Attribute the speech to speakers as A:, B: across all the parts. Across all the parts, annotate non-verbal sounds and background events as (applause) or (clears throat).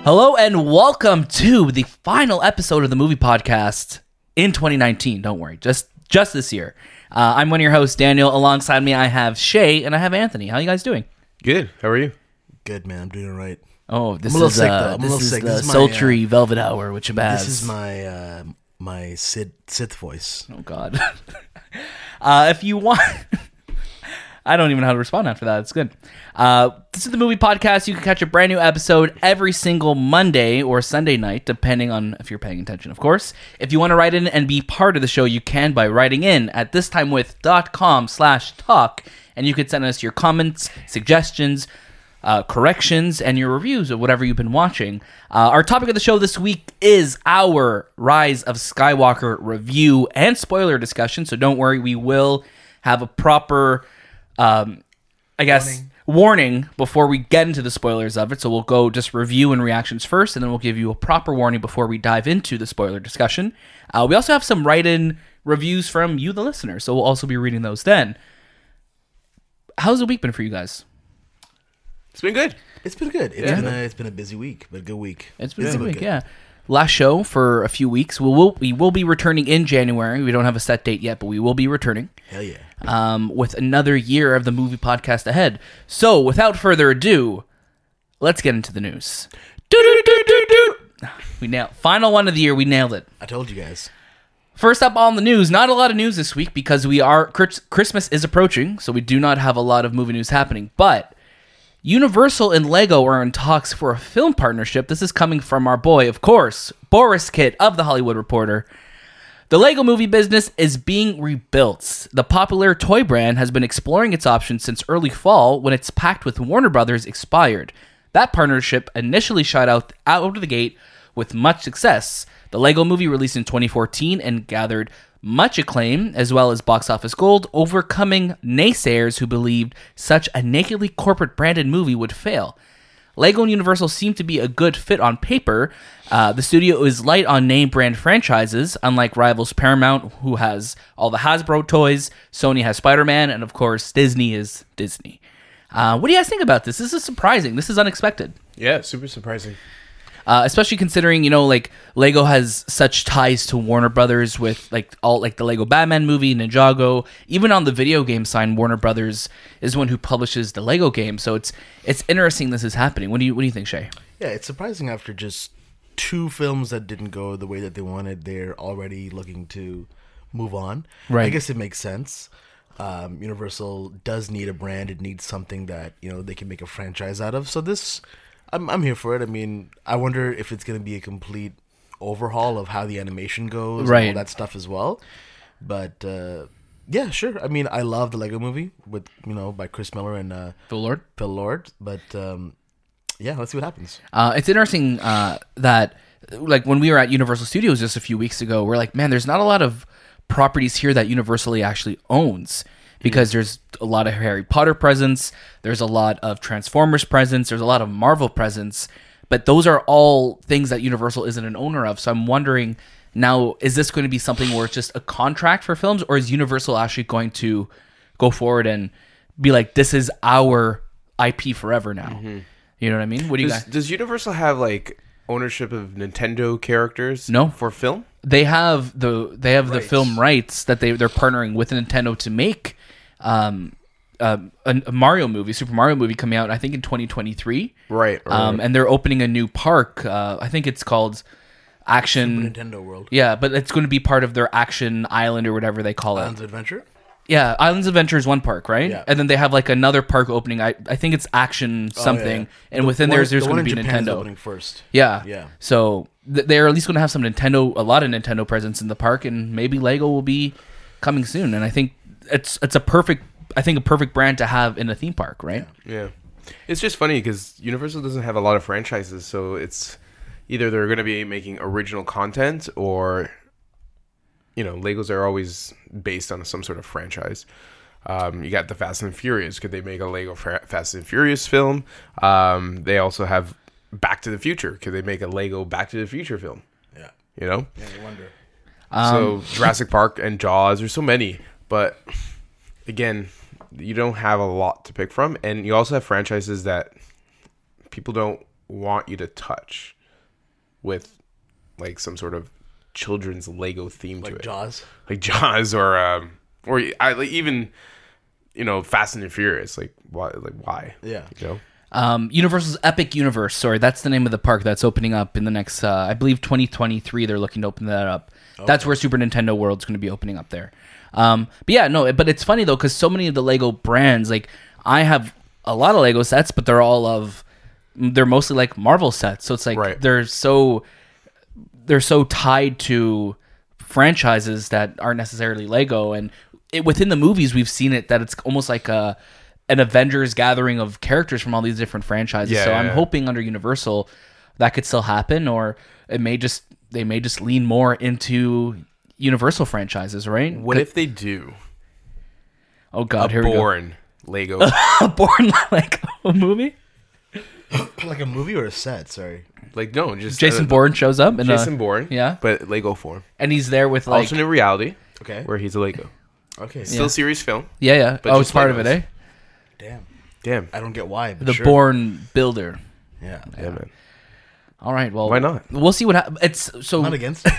A: Hello and welcome to the final episode of the movie podcast in 2019. Don't worry, just just this year. Uh, I'm one of your hosts, Daniel. Alongside me, I have Shay and I have Anthony. How you guys doing?
B: Good. How are you?
C: Good man, I'm doing all right.
A: Oh, this
C: I'm a little
A: is
C: sick, though.
A: uh,
C: I'm a
A: this
C: little
A: is
C: sick.
A: the
C: This is my,
A: sultry Velvet Hour, which Shabazz.
C: This is my uh, my Sid Sith voice.
A: oh God. (laughs) uh, if you want, I don't even know how to respond after that. It's good. Uh, this is the movie podcast. You can catch a brand new episode every single Monday or Sunday night, depending on if you're paying attention, of course. If you want to write in and be part of the show, you can by writing in at thistimewith.com slash talk, and you could send us your comments, suggestions, uh, corrections, and your reviews of whatever you've been watching. Uh, our topic of the show this week is our Rise of Skywalker review and spoiler discussion, so don't worry, we will have a proper um, I guess warning. before we get into the spoilers of it. So we'll go just review and reactions first, and then we'll give you a proper warning before we dive into the spoiler discussion. Uh, we also have some write-in reviews from you, the listener. So we'll also be reading those then. How's the week been for you guys?
B: It's been good.
C: It's been good. It's been a, it's been a busy week, but a good week.
A: It's been a
C: It's
A: good
C: been
A: week,
C: good.
A: yeah. Last show for a few weeks. We will we will be returning in January. We don't have a set date yet, but we will be returning.
C: Hell yeah.
A: um, with another year of the movie podcast ahead. So, without further ado, let's get into the news. We nailed final one of the year. We nailed it.
C: I told you guys.
A: First up on the news, not a lot of news this week because we are Chris- Christmas is approaching, so we do not have a lot of movie news happening. But Universal and Lego are in talks for a film partnership. This is coming from our boy, of course, Boris Kitt of the Hollywood Reporter. The Lego movie business is being rebuilt. The popular toy brand has been exploring its options since early fall when its pact with Warner Brothers expired. That partnership initially shot out out of the gate with much success. The Lego movie released in 2014 and gathered much acclaim as well as box office gold, overcoming naysayers who believed such a nakedly corporate branded movie would fail. Lego and Universal seem to be a good fit on paper. Uh, the studio is light on name brand franchises, unlike rivals Paramount, who has all the Hasbro toys, Sony has Spider Man, and of course, Disney is Disney. Uh, what do you guys think about this? This is surprising. This is unexpected,
B: Yeah, super surprising.
A: uh, especially considering you know like Lego has such ties to Warner Brothers with like all like the Lego Batman movie, Ninjago. Even on the video game side, Warner Brothers is one who publishes the Lego game. So it's it's interesting this is happening. What do you what do you think, Shay?
C: Yeah, it's surprising after just two films that didn't go the way that they wanted, they're already looking to move on.
A: Right.
C: I guess it makes sense. Um, Universal does need a brand. It needs something that you know they can make a franchise out of. So this, I'm I'm here for it. I mean, I wonder if it's going to be a complete overhaul of how the animation goes, and
A: Right.
C: all that stuff as well. But uh, yeah, sure. I mean, I love the Lego Movie with you know by Chris Miller and uh,
A: The Lord.
C: Phil Lord. But um, yeah, let's see what happens.
A: Uh, it's interesting uh, that, like, when we were at Universal Studios just a few weeks ago, we're like, man, there's not a lot of properties here that Universally actually owns because there's a lot of Harry Potter presence, there's a lot of Transformers presence, there's a lot of Marvel presence, but those are all things that Universal isn't an owner of. So I'm wondering now, is this going to be something where it's just a contract for films, or is Universal actually going to go forward and be like, this is our IP forever now? You know what I mean? What do you
B: Does,
A: guys?
B: does Universal have like ownership of Nintendo characters?
A: No.
B: For film?
A: they have the they have the film rights that they they're partnering with Nintendo to make um, um, a, a Mario movie, Super Mario movie coming out I think in 2023.
B: Right.
A: Um, and they're opening a new park. Uh, I think it's called Action.
C: Nintendo World.
A: Mm. Yeah, but it's going to be part of their Action Island or whatever they call it.
C: Islands of Adventure.
A: yeah, Islands Adventure is one park, right?
C: Um, Yeah.
A: And then they have like another park opening. I, I think it's Action something, and within
C: One-
A: theirs there's
C: the
A: going
C: one
A: to
C: in
A: be
C: Japan is
A: Nintendo.
C: opening first.
A: Yeah.
C: Yeah.
A: So th- they're at least going to have some Nintendo, a lot of Nintendo presence in the park, and maybe Lego will be coming soon. And I think it's it's a perfect, I think a perfect brand to have in a theme park, right?
B: yeah. It's just funny because Universal doesn't have a lot of franchises, so it's either they're going to be making original content or, you know, Legos are always based on some sort of franchise. Um, you got the Fast and Furious. Could they make a Lego Fra- Fast and Furious film? Um, they also have Back to the Future. Could they make a Lego Back to the Future film?
C: Yeah.
B: You know?
C: I wonder.
A: Um,
B: so Jurassic Park and Jaws, there's so many, but again, you don't have a lot to pick from, and you also have franchises that people don't want you to touch with like some sort of children's Lego theme to
C: Like
B: it,
C: Jaws. (clears throat)
B: like Jaws or um or I like even you know Fast and the Furious. Like why? Like why?
C: Yeah.
B: You know?
A: Um, Universal's Epic Universe. Sorry, that's the name of the park that's opening up in the next, uh, I believe, 2023. They're looking to open that up. That's where Super Nintendo World's going to be opening up there. Um, but yeah, no, but it's funny though because so many of the Lego brands, like I have a lot of Lego sets, but they're all of, they're mostly like Marvel sets. So it's like
B: Right.
A: they're so, they're so tied to franchises that aren't necessarily Lego. And it, within the movies, we've seen it that it's almost like a an Avengers gathering of characters from all these different franchises.
B: Yeah,
A: so
B: yeah,
A: I'm
B: yeah.
A: hoping under Universal that could still happen, or it may just they may just lean more into Universal franchises, right?
B: What if they do
A: oh God, here (laughs)
B: born (laughs) Lego?
A: we go. (laughs) born like a movie.
C: Like a movie or a set, sorry.
B: like no, just
A: Jason
B: uh,
A: Bourne shows up, and
B: Jason Bourne.
A: yeah.
B: but Lego form.
A: and he's there with like
B: alternate reality
C: Okay.
B: where he's a Lego.
C: Okay.
B: Still series film.
A: yeah, yeah.
B: but
A: oh,
B: just
A: it's part of it, eh?
B: Legos.
C: Damn.
B: Damn.
C: I don't get why. But
A: The
C: sure.
A: Born Builder.
C: Yeah.
B: Yeah, man.
A: All right, well,
B: Why not?
A: We'll see what happens. It's so (laughs)
C: Not against. it.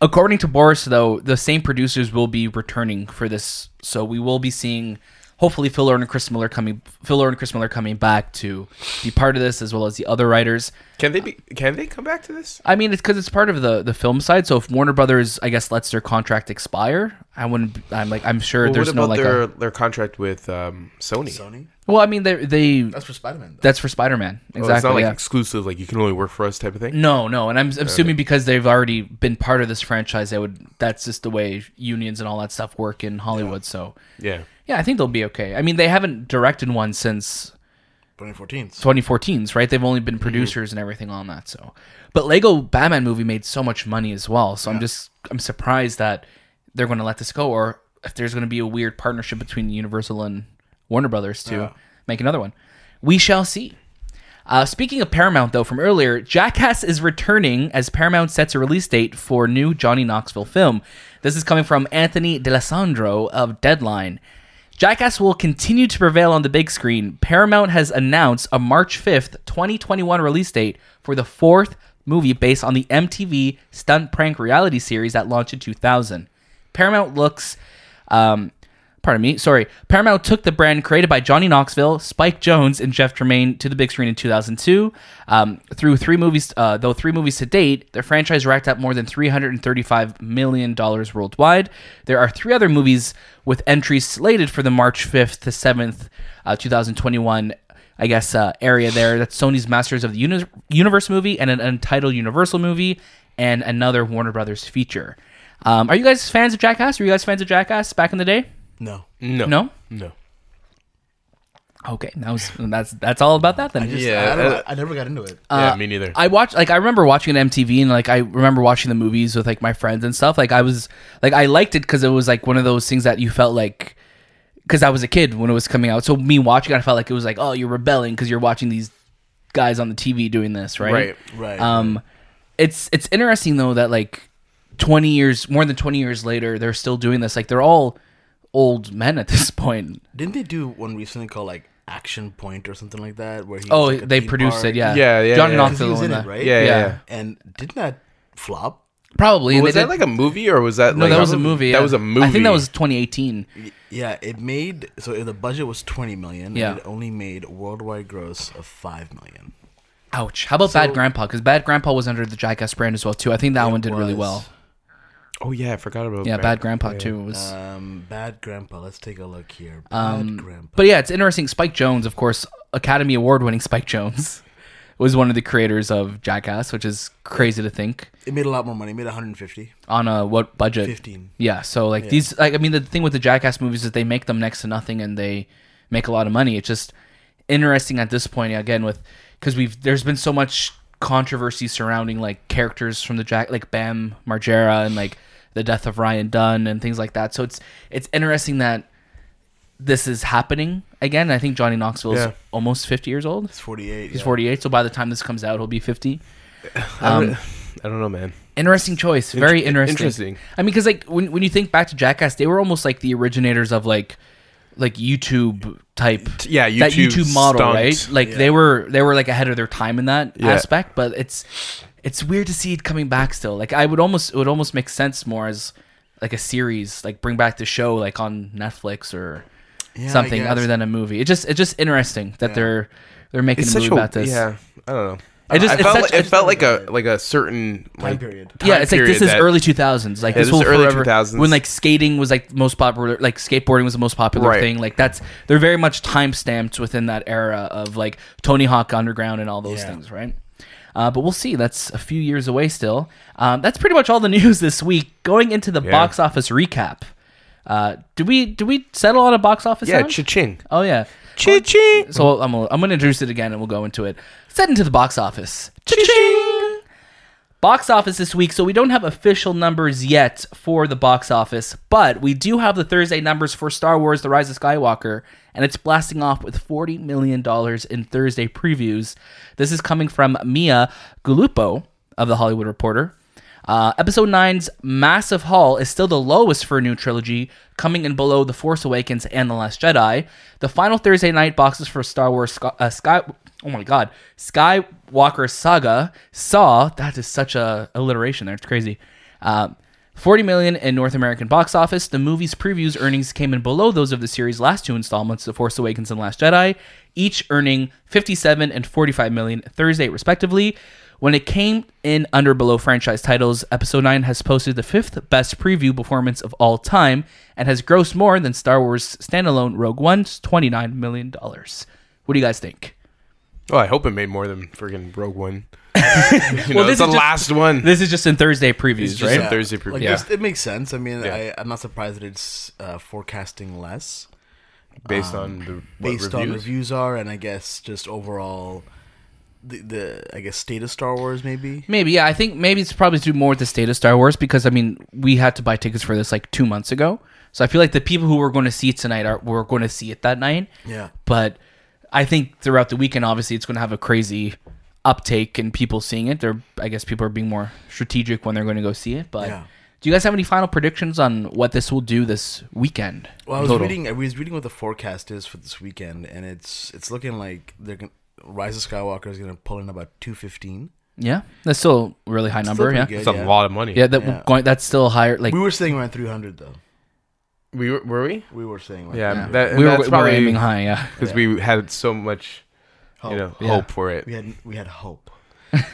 A: According to Boris, though, the same producers will be returning for this, so we will be seeing hopefully Phil Lord and Chris Miller coming, Phil Lord and Chris Miller coming back to be part of this, as well as the other writers.
B: Can they be? Can they come back to this?
A: I mean, it's because it's part of the the film side. So if Warner Brothers, I guess, lets their contract expire, I wouldn't. I'm like, I'm sure
B: But
A: there's
B: what
A: no
B: about
A: like.
B: their
A: A,
B: their contract with um, Sony?
C: Sony.
A: well, I mean, they they
C: That's for Spider Man.
A: that's for Spider Man
B: Oh, it's
A: exactly.
B: not like
A: yeah. Mm.
B: exclusive. Like you can only work for us type of thing.
A: No, no, and I'm, I'm assuming because they've already been part of this franchise, they would. That's just the way unions and all that stuff work in Hollywood. So
B: Yeah.
A: yeah, I think they'll be okay. I mean, they haven't directed one since
C: 2014. So
A: 2014s, right? They've only been producers and everything on that. So, but Lego Batman movie made so much money as well. So I'm just I'm surprised that they're going to let this go, or if there's going to be a weird partnership between Universal and Warner Brothers to make another one. We shall see. Uh, speaking of Paramount, though, from earlier, Jackass is returning as Paramount sets a release date for new Johnny Knoxville film. This is coming from Anthony DeLisandro of Deadline. Jackass will continue to prevail on the big screen. Paramount has announced a March 5th, 2021 release date for the fourth movie based on the MTV stunt prank reality series that launched in 2000. Paramount looks, um, pardon me, sorry. Paramount took the brand created by Johnny Knoxville, Spike Jones, and Jeff Tremaine to the big screen in 2002. Um, through three movies, uh, though three movies to date, the franchise racked up more than 335 million dollars worldwide. There are three other movies with entries slated for the March 5th to 7th, uh, 2021. I guess uh, area there. That's Sony's Masters of the Uni- Universe movie and an untitled Universal movie and another Warner Brothers feature. Um, are you guys fans of Jackass? Were you guys fans of Jackass back in the day?
C: no.
B: No.
A: No.
B: No.
A: Okay, that was that's that's all about that then.
C: Just,
B: Yeah,
C: I, don't know,
B: uh,
C: I never got into it.
B: yeah, me neither.
A: Uh, I watched like I remember watching an MTV and like I remember watching the movies with like my friends and stuff. Like I was like I liked it because it was like one of those things that you felt like because I was a kid when it was coming out. So me watching, it, I felt like it was like oh you're rebelling because you're watching these guys on the TV doing this, right?
B: right.
C: right.
A: Um, it's it's interesting though that like twenty years more than twenty years later they're still doing this. Like they're all old men at this (laughs) point.
C: Didn't they do one recently called like Action Point or something like that? Where he
A: Oh,
C: was, like, a
A: they
C: theme
A: produced
C: park?
A: it. Yeah,
B: Yeah, yeah,
A: John
B: yeah.
C: Because he
A: Knoxville
C: was in
A: and
C: it,
A: that.
C: right?
B: Yeah. Yeah.
A: Yeah.
B: yeah.
C: And didn't that flop?
A: Probably. and
B: was
A: they
B: that
A: did-
B: like a movie or was that
A: No,
B: like
A: that was a movie.
B: That
A: yeah.
B: was a movie.
A: I think that was 2018.
C: Yeah, it made so the budget was twenty million.
A: Yeah.
C: and it only made worldwide gross of five million.
A: Ouch. How about Bad Grandpa? Because Bad Grandpa was under the Jackass brand as well too. I think that one did really well.
C: was.
B: Oh yeah, I forgot about.
A: Yeah,
B: Bad-
A: Bad Grandpa too was.
B: Uh,
C: Um, Bad Grandpa. Let's take a look here. Bad
A: Um,
C: Grandpa.
A: but yeah, it's interesting. Spike Jones, of course, Academy Award winning Spike Jones, (laughs) was one of the creators of Jackass, which is crazy to think
C: It made a lot more money. It made one hundred and fifty.
A: on a what budget?
C: 15.
A: Yeah. So like these, like I mean, the thing with the Jackass movies is they make them next to nothing and they make a lot of money. It's just interesting at this point again with because we've there's been so much controversy surrounding like characters from the Jack like Bam Margera and like the death of Ryan Dunn and things like that. So it's it's interesting that this is happening again. I think Johnny Knoxville is
B: Yeah.
A: almost 50 years old.
C: It's forty eight.
A: He's 48, so by the time this comes out, he'll be 50.
B: I
A: Um,
B: don't, I don't know, man.
A: Interesting choice. Very interesting.
B: interesting.
A: I mean, because like when when you think back to Jackass, they were almost like the originators of like like YouTube type
B: T- yeah,
A: that
B: YouTube
A: YouTube model,
B: stunt.
A: right? Like they were they were like ahead of their time in that
B: Yeah.
A: aspect, but it's it's weird to see it coming back still. Like I would almost it would almost make sense more as like a series, like bring back the show like on Netflix or
C: I
A: something other
C: guess.
A: than a movie. It just it's just interesting that they're they're making
B: It's
A: a
B: such
A: movie
B: a
A: about this.
B: yeah. I don't know.
A: It just-
B: I
A: it's
B: felt
A: such-
B: like, it
A: it's-
B: felt like a like a certain like,
C: period.
B: time
A: yeah, it's like this
B: period
A: is
B: that-
A: early two thousands. Like
B: Yeah,
A: this
B: this is
A: whole
B: early
A: forever
B: 2000s.
A: when like skating was like the most popular, like skateboarding was the most popular
B: Right.
A: thing. Like that's they're very much time stamped within that era of like Tony Hawk Underground and all those
C: Yeah.
A: things, right? Uh, but we'll see. That's a few years away still. Um, that's pretty much all the (laughs) news this week. Going into the box office recap. Uh, do we do we settle on a box office?
B: Yeah,
A: sound?
B: cha-ching.
A: oh yeah.
B: Cha-ching.
A: So I'm, I'm going to introduce it again and we'll go into it. Set into the box office. Cha-ching! Box office this week. So we don't have official numbers yet for the box office, but we do have the Thursday numbers for Star Wars The Rise of Skywalker, and it's blasting off with $40 million in Thursday previews. This is coming from Mia Gulupo of The Hollywood Reporter. Uh, episode 9's massive haul is still the lowest for a new trilogy, coming in below The Force Awakens and The Last Jedi. The final Thursday night boxes for Star Wars Sky, uh, Sky oh my god, Skywalker Saga saw that is such a alliteration there. It's crazy. Uh, 40 million in North American box office. The movie's previews earnings came in below those of the series' last two installments, The Force Awakens and Last Jedi, each earning 57 and 45 million Thursday respectively. When it came in under below franchise titles, Episode 9 has posted the fifth best preview performance of all time and has grossed more than Star Wars standalone Rogue One's $29 million. What do you guys think?
B: Oh, I hope it made more than friggin'
A: (laughs)
B: Rogue One. you know,
A: Well, this
B: it's the
A: is just-
B: last one.
A: This is just in Thursday previews,
B: just
A: right?
B: a Thursday preview.
C: Like
B: Yeah.
C: this, it makes sense. I mean,
B: Yeah.
C: I, I'm not surprised that it's uh, forecasting less
B: based on the what
C: based on
B: reviews.
C: reviews are, and I guess just overall the, the I guess state of Star Wars maybe.
A: Maybe, yeah. I think maybe it's probably to do more with the state of Star Wars because I mean we had to buy tickets for this like two months ago, so I feel like the people who were going to see it tonight are were going to see it that night.
C: Yeah.
A: But I think throughout the weekend, obviously, it's going to have a crazy uptake and people seeing it. They're, I guess, people are being more strategic when they're going to go see it. But
C: Yeah.
A: do you guys have any final predictions on what this will do this weekend?
C: Well, I was
A: total?
C: reading. I was reading what the forecast is for this weekend, and it's it's looking like they're gonna Rise of Skywalker is gonna pull in about two fifteen.
A: Yeah, that's still a really high number. Yeah,
B: It's a lot of money.
A: yeah, that
C: Yeah.
A: going that's still higher. Like
C: We were saying around three hundred though.
B: We were, were we?
C: We were saying around
B: Yeah,
A: yeah.
B: That,
A: we were,
B: that's
A: we were
B: probably
A: aiming high. Yeah, (laughs)
B: because we had so much,
C: hope.
B: you know,
A: Yeah.
B: hope for it.
C: We had we had hope.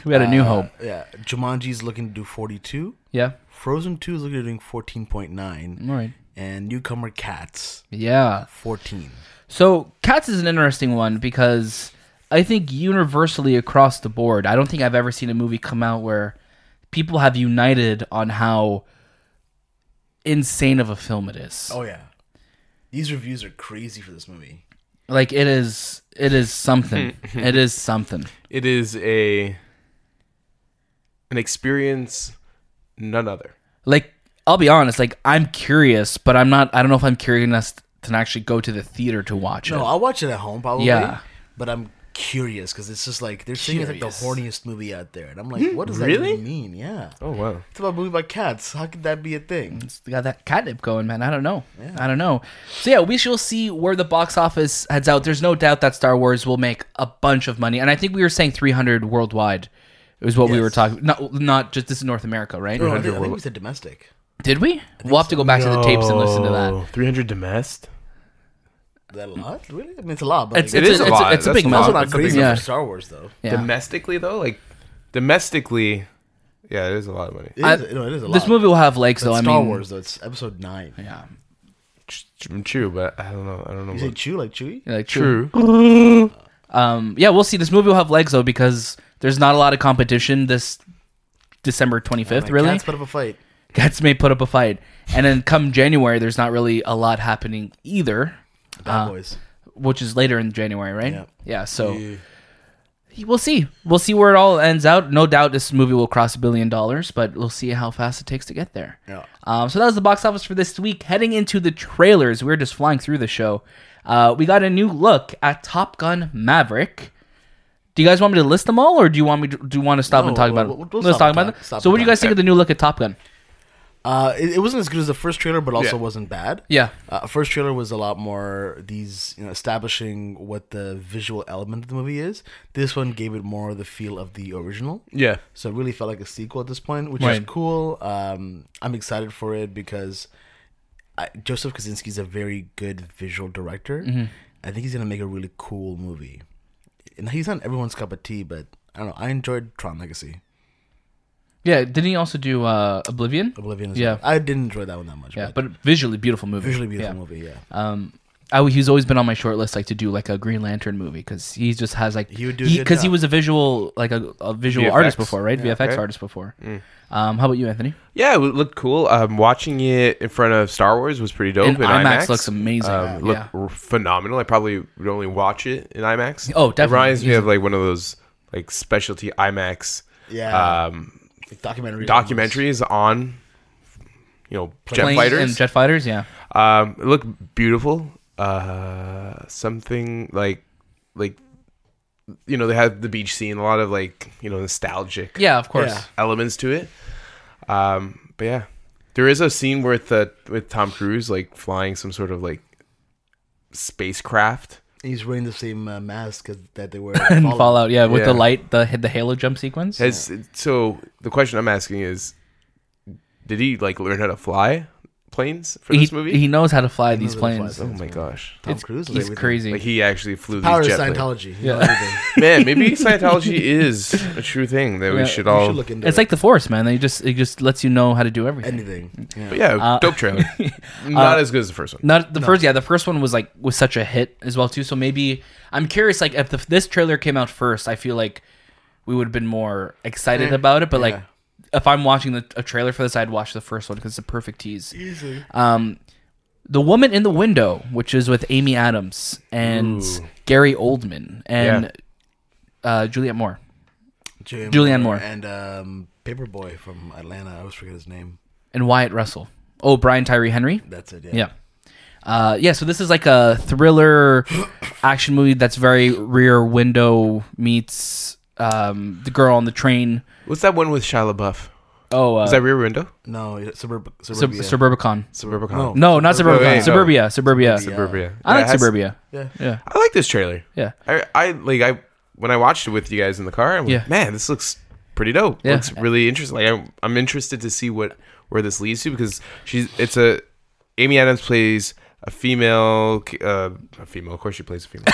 A: we had a new hope.
C: Uh, yeah, Jumanji's looking to do forty two.
A: Yeah,
C: Frozen two is looking at doing fourteen point nine,
A: all right.
C: and newcomer Cats
A: Yeah.
C: fourteen.
A: So Cats is an interesting one because I think universally across the board, I don't think I've ever seen a movie come out where people have united on how insane of a film it is.
C: Oh yeah, these reviews are crazy for this movie.
A: Like it is it is something. it is something.
B: It is a an experience none other.
A: Like I'll be honest, like I'm curious, but I'm not I don't know if I'm curious enough to actually go to the theater to watch
C: No,
A: it.
C: I'll watch it at home probably.
A: Yeah.
C: but I'm curious because it's just like they're saying it's like the
A: Curious.
C: horniest movie out there, and I'm
A: Mm-hmm.
C: like, what does
B: really?
C: that mean? Yeah,
B: Oh wow!
C: it's about a movie about cats. How could that be a thing?
A: It's got that catnip going, man. I don't know. I don't know. So yeah, we shall see where the box office heads out. There's no doubt that Star Wars will make a bunch of money, and I think we were saying 300 worldwide. It was what we
C: Yes.
A: were talking. Not not just this is North America, right?
C: No, I think, I think we said domestic.
A: Did we? We'll have to go back to the tapes and listen to that.
B: Three hundred domestic.
C: Is that a lot? Really? I mean, it's a lot, but
A: It's,
C: like,
A: it's
B: is
A: a,
B: a
A: it's,
B: lot.
A: it's a
B: That's
A: big
B: a
C: it's
B: lot.
C: also
A: amount.
C: not
B: That's a big
C: crazy
A: yeah.
C: for Star Wars though.
A: Yeah.
B: Domestically though, like domestically, yeah, it is a lot of money.
C: It is,
A: I-
C: no, it is a lot.
A: This movie will have legs,
C: But
A: though. I
C: Star
A: mean,
C: Wars though. It's episode nine.
A: yeah,
B: Ch- ch- True, but I don't know. I don't know. what-
C: You say chew like Chewy?
A: Yeah, like, true. (laughs)
B: True.
A: Um, yeah, we'll see. This movie will have legs though because there's not a lot of competition this December 25th.
C: Like,
A: really,
C: Cats put up a fight.
A: Cats may put up a fight. And then come January, there's not really a lot happening either, Uh.
C: Bad boys.
A: which is later in January, right?
C: Yeah.
A: so we'll see. We'll see where it all ends out. No doubt this movie will cross a billion dollars, but we'll see how fast it takes to get there.
C: Yeah.
A: Um, so that was the box office for this week. Heading into the trailers, we are just flying through the show. Uh, we got a new look at Top Gun Maverick. Do you guys want me to list them all, or do you want me to, do you want to stop and
C: No,
A: talk
C: we'll-
A: about
C: we'll-
A: them?
C: we'll
A: Let's
C: stop
A: talk
C: and
A: about
C: talk-
A: them.
C: stop
A: So,
C: and
A: what do you
C: talk.
A: guys think of the new look at Top Gun?
C: Uh, it, it wasn't as good as the first trailer, but also
B: Yeah.
C: wasn't bad.
A: Yeah.
C: Uh, first trailer was a lot more these you know, establishing what the visual element of the movie is. This one gave it more the feel of the original.
B: Yeah.
C: So it really felt like a sequel at this point, which is
A: Right.
C: cool. Um, I'm excited for it because I, Joseph Kaczynski is a very good visual director.
A: Mm-hmm.
C: I think he's gonna make a really cool movie. And he's not everyone's cup of tea, but I don't know. I enjoyed Tron Legacy,
A: Yeah. Didn't he also do uh, Oblivion?
C: Oblivion. As
A: Yeah.
C: well. I didn't enjoy that one that much.
A: Yeah, but visually beautiful movie.
C: visually beautiful
A: Yeah.
C: movie. Yeah,
A: Um, I, he's always been on my short list, like to do like a Green Lantern movie because he just has like
C: He would do a good
A: because he,
C: job.
A: was a visual like a, a visual artist
B: VFX.
A: before, right? VFX
B: okay. Mm.
A: artist before. Um, how about you, Anthony?
B: Yeah, it looked cool. Um, watching it in front of Star Wars was pretty dope.
A: And
B: In
A: IMAX
B: IMAX,
A: looks amazing.
B: Um, looked
A: Yeah.
B: r- phenomenal. I probably would only watch it in IMAX.
A: Oh, definitely.
B: It reminds me of like one of those like specialty IMAX
C: yeah.
B: um,
C: documentary.
B: documentaries on you know jet
A: Planes
B: fighters.
A: and jet fighters. Yeah,
B: Um, it looked beautiful. Uh, something like, like, you know, they had the beach scene. A lot of like, you know, nostalgic
A: yeah, of course.
C: Yeah.
B: elements to it. Um, but yeah, there is a scene with uh, with Tom Cruise like flying some sort of like spacecraft.
C: He's wearing the same uh, mask as, that they were
A: (laughs) And Fallout. yeah, with the
B: Yeah.
A: light, the the Halo jump sequence.
B: Has, So the question I'm asking is, did he like learn how to fly planes for
A: he,
B: this movie?
A: he knows how to fly these
C: knows how to fly
A: planes.
B: oh
C: them.
B: my gosh,
C: Tom
A: It's-
C: Cruise.
A: he's crazy.
B: like he actually flew
C: Power
B: these
C: of
B: jet planes.
C: Scientology. You know everything.
B: Man, maybe Scientology is a true thing that
A: Yeah,
B: we should
C: You
B: all.
C: should look into
A: it's
C: it.
A: like the Force, man. They just it just lets you know how to do everything. (laughs)
C: anything. Yeah.
B: but yeah, dope trailer. Not as good as the first one.
A: Not the first, yeah. The first one was like was such a hit as well too. So maybe I'm curious, like if the, this trailer came out first, I feel like we would have been more excited about it. But like, if I'm watching the, a trailer for this, I'd watch the first one because it's a perfect tease.
C: Easy.
A: Um, the woman in the window, which is with Amy Adams and Gary Oldman and uh, Juliet Moore.
C: Julianne,
A: Julianne Moore.
C: and um, Paperboy from Atlanta. I always forget his name.
A: and Wyatt Russell. Oh, Brian Tyree Henry.
C: That's it. Yeah.
A: Yeah. Uh, yeah, so this is like a
B: (gasps)
A: thriller action movie that's very rear window meets um, the girl on the train.
B: What's that one with Shia LaBeouf?
A: Oh, uh,
B: Is that Rear Window?
C: No, it's Suburb-
A: Sub-
C: Suburbia.
A: Suburbicon.
B: Suburbicon.
C: No.
A: No, not
C: Suburbia.
A: Suburbicon.
B: Wait, no.
A: Suburbia. Suburbia.
B: Suburbia.
A: I
B: Yeah,
A: like
B: it has-
A: Suburbia.
C: yeah.
A: Yeah.
B: I like this trailer.
A: Yeah.
B: I, I like I when I watched it with you guys in the car. I'm
A: Yeah.
B: like, man, this looks pretty dope.
A: Yeah.
B: Looks really interesting. Like I'm, I'm interested to see what where this leads to because she's it's a Amy Adams plays a female uh, a female. Of course, she plays a female.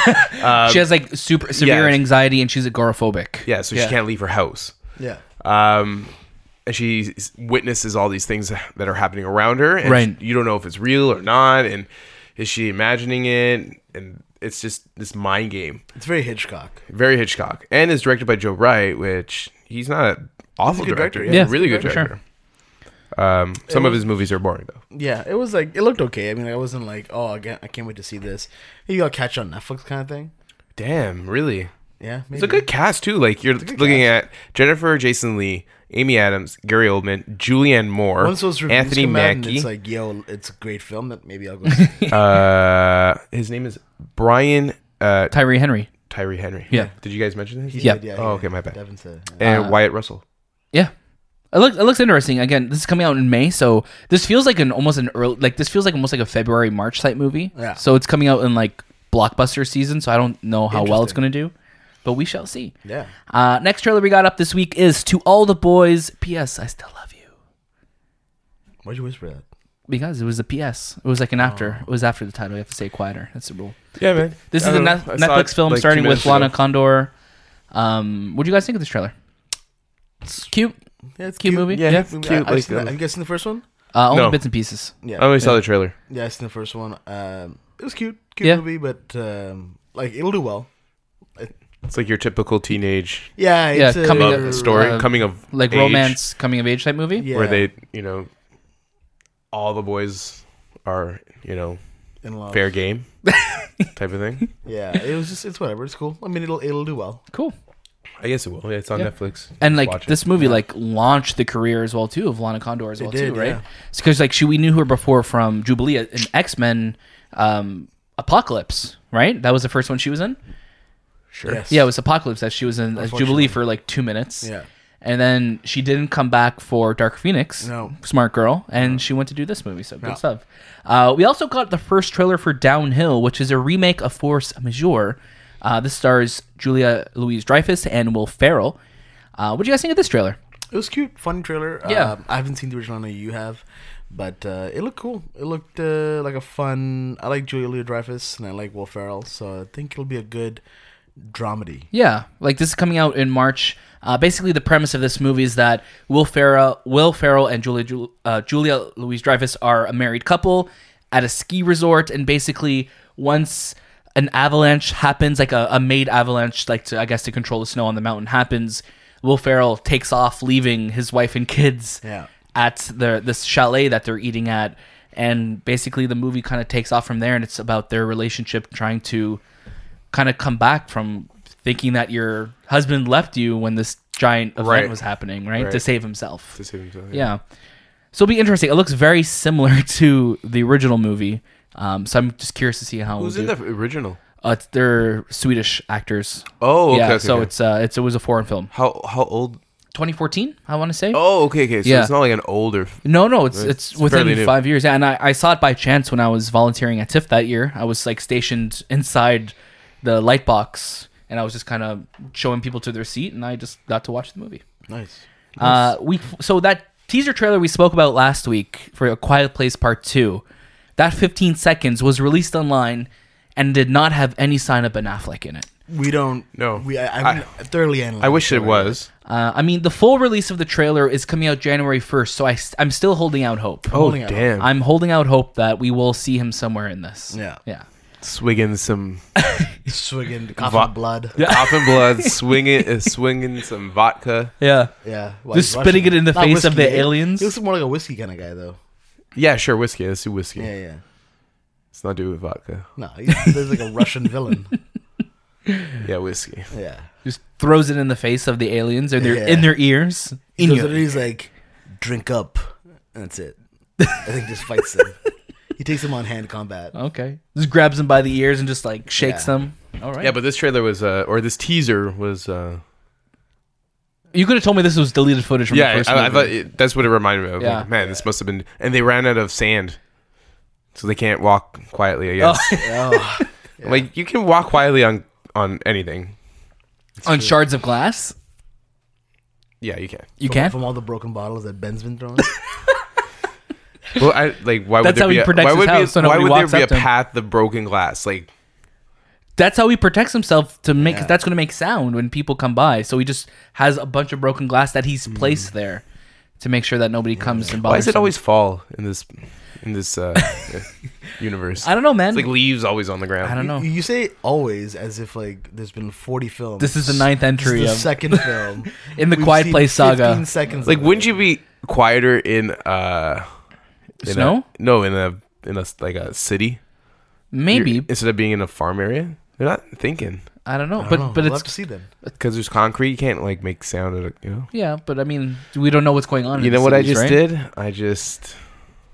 A: (laughs) she has like super severe
B: yeah.
A: anxiety and she's agoraphobic.
B: Uh, yeah, so she can't leave her house.
C: Yeah.
A: uh,
B: um, and she s- witnesses all these things that are happening around her, and
A: Right.
B: you don't know if it's real or not, and is she imagining it? And it's just this mind game,
C: It's very Hitchcock.
B: very Hitchcock, and is directed by Joe Wright, which he's not an awful
C: good
B: director,
C: director,
B: He's
A: yeah.
B: a really
A: Yeah, sure.
B: good director. Um, some of his movies are boring though.
C: Yeah. It was like it looked okay. I mean, I wasn't like, oh, I can't, I can't wait to see this. Maybe I'll catch on Netflix kind of thing.
B: Damn, really?
C: Yeah. Maybe.
B: It's a good cast too. Like you're looking at Jennifer Jason Lee, Amy Adams, Gary Oldman, Julianne Moore,
C: Once those reviews
B: Anthony
C: come out and
B: Mackie.
C: it's like, yo, it's a great film. That
A: (laughs)
C: maybe I'll go. See.
B: uh, his name is Brian uh,
A: Tyree Henry.
B: Tyree Henry.
A: Yeah. Uh,
B: Did you guys mention this?
A: Yeah.
B: Oh, okay, my bad.
C: Devin said. yeah.
B: And Wyatt Russell.
A: Yeah. It looks it looks interesting. Again, this is coming out in May, so this feels like an almost an early like this feels like almost like a February March type movie.
C: Yeah.
A: So it's coming out in like blockbuster season, so I don't know how well it's going to do, but we shall see.
C: Yeah.
A: Uh, next trailer we got up this week is To All the Boys. P.S. I still love you
C: Why'd you whisper that?
A: because it was a P.S. It was like an after. It was after the title. You have to say it quieter. That's the rule.
B: Yeah, man.
A: This is a Net- Netflix film starting with Lana Condor. Um, what do you guys think of this trailer? It's cute.
C: Yeah, it's
A: Cute movie?
B: Yeah,
A: Yeah.
B: cute.
C: I, I've
B: like, Oh.
C: seen that.
B: um,
C: Have you guys seen the first one?
A: Uh, only
B: No.
A: bits and pieces.
C: Yeah.
B: I only saw the trailer.
C: Yeah, it's in the first one. Um, it was cute, cute
A: Yeah.
C: movie, but um, like it'll do well.
B: It's like your typical teenage
C: Yeah,
A: Yeah,
C: it's a,
A: coming
B: love
A: Like a-
B: story,
A: uh,
B: coming of
A: Like
B: age,
A: romance coming of age type movie.
C: yeah,
B: where they, you know, all the boys are, you know,
C: in love.
A: Oh. (laughs)
B: fair game type of thing.
C: Yeah, it was just it's whatever. It's cool. I mean, it'll it'll do well.
A: Cool.
B: I guess it will. Yeah, it's on Netflix.
A: and
B: Just
A: like
B: watch it.
A: this movie like launched the career as well too of Lana Condor as well
C: did,
A: too, right?
C: yeah.
A: Because like she we knew her before from Jubilee in X Men um, Apocalypse, right? That was the first one she was in.
B: Sure.
C: Yes.
A: Yeah, it was Apocalypse that she was in as Jubilee for like two minutes.
C: Yeah.
A: And then she didn't come back for Dark Phoenix.
C: No.
A: Smart girl. And she went to do this movie. So good stuff. Uh, we also got the first trailer for Downhill, which is a remake of Force Majeure. Uh, this stars Julia Louise Dreyfus and Will Ferrell. Uh, what do you guys think of this trailer?
C: It was cute, fun trailer.
A: Yeah.
C: Um, I haven't seen the original. I know you have, but uh, it looked cool. It looked uh, like a fun. I like Julia Louis Dreyfus and I like Will Ferrell, so I think it'll be a good dramedy.
A: Yeah, like this is coming out in March. Uh, basically, the premise of this movie is that Will Ferrell, Will Ferrell, and Julia Ju- uh, Julia Louise Dreyfus are a married couple at a ski resort, and basically, once an avalanche happens, like a, a made avalanche, like to I guess to control the snow on the mountain happens, Will Ferrell takes off, leaving his wife and kids
C: Yeah.
A: at the this chalet that they're eating at, and basically the movie kind of takes off from there, and it's about their relationship trying to kind of come back from thinking that your husband left you when this giant event
B: Right.
A: was happening, right? To
B: Right.
A: save himself.
B: To save himself,
A: yeah. So it'll be interesting. It looks very similar (laughs) to the original movie. Um, so I'm just curious to see how
B: Who's
A: we'll
B: in
A: do.
B: the original?
A: Uh, it's- they're Swedish actors.
B: Oh, okay.
A: yeah.
B: okay,
A: so
B: okay.
A: it's uh, it's it was a foreign film.
B: how how old?
A: 2014, I want to say.
B: Oh, okay, okay. So
A: Yeah.
B: it's not like an older. f-
A: No, no, it's it's,
B: It's fairly
A: within
B: new.
A: five years. Yeah, and I, I saw it by chance when I was volunteering at TIFF that year. I was like stationed inside the light box, and I was just kind of showing people to their seat, and I just got to watch the movie.
C: Nice.
A: Uh, we so that teaser trailer we spoke about last week for A Quiet Place Part Two, that 15 seconds was released online and did not have any sign of Ben Affleck in it.
C: We don't.
B: No.
C: We. I, I'm thoroughly analyzed.
B: I wish it was.
A: Uh, I mean, the full release of the trailer is coming out January 1st, so I, am still holding out hope.
B: Oh
C: Holding out.
B: damn! I'm
A: I'm holding out hope that we will see him somewhere in this.
C: Yeah.
A: Yeah.
B: swigging some
A: (laughs)
C: Swigging cough
B: Va-
C: and blood. Yeah.
B: coffin
A: (laughs)
B: blood, swinging, uh, swinging some vodka.
A: Yeah.
C: Well,
A: Just
C: he's Russian.
A: spitting it in the
C: Not
A: face of
C: whiskey.
A: the aliens?
C: He looks more like a whiskey kind of guy, though.
B: Yeah, sure, whiskey. Let's do whiskey.
C: Yeah, yeah.
B: Let's not do it with vodka.
C: No, he's, there's like a Russian
A: (laughs)
C: villain.
B: Yeah, whiskey.
C: Yeah.
A: Just throws it in the face of the aliens or their
C: Yeah.
A: in their ears.
C: He
A: In
C: does
A: your-
C: it and he's like, drink up. And that's it. I think just fights him. He takes him on hand combat.
A: Okay. Just grabs them by the ears and just like shakes
C: Yeah.
A: them. All right.
B: Yeah, but this trailer was, uh, or this teaser was. Uh,
A: You could have told me this was deleted footage from the
B: yeah,
A: first
B: I, I
A: movie.
B: thought it, that's what it reminded me of.
A: Yeah.
B: Like, man, this must have been. And they ran out of sand, so they can't walk quietly. I guess.
C: Oh,
B: Like you can walk quietly on on anything.
A: (laughs) on shards of glass.
B: Yeah, you can.
A: You can.
C: From all the broken bottles that Ben's been throwing.
B: Well, I like why
A: That's
B: would there
A: how
B: be
A: he
B: a,
A: protects
B: why
A: his
B: would, be-
A: house so
B: why
A: nobody
B: would
A: walks
B: there be
A: up
B: a
A: to him.
B: path of broken glass? Like
A: That's how he protects himself to make.
C: Yeah.
A: That's going to make sound when people come by. So he just has a bunch of broken glass that
C: Hmm.
A: he's placed there to make sure that nobody comes and bothers.
B: why does it
A: him.
B: always fall in this in
A: (laughs)
B: this uh, universe?
A: I don't know, man.
B: It's like leaves always on the ground.
A: I don't know.
C: You, you say always as if like there's been 40 films.
A: This is the ninth
C: This is
A: entry
C: the
A: of- (laughs)
C: second film.
A: In the
C: We've
A: Quiet
C: seen
A: Place saga.
C: 15 seconds.
B: Like
C: of
B: wouldn't
C: it.
B: you be quieter in uh in
A: Snow?
B: A, no, in a in a like a city. You're-
A: Maybe
B: instead of being in a farm area, they're not thinking
A: I don't know. but
C: I don't know.
A: but
C: We'll
A: it's
C: have to see them.
B: because there's concrete. You can't like make sound. At a, you know.
A: yeah. But I mean, we don't know what's going on.
B: You
A: in
B: know
A: the
B: what I
A: cities,
B: just
A: right?
B: did? I just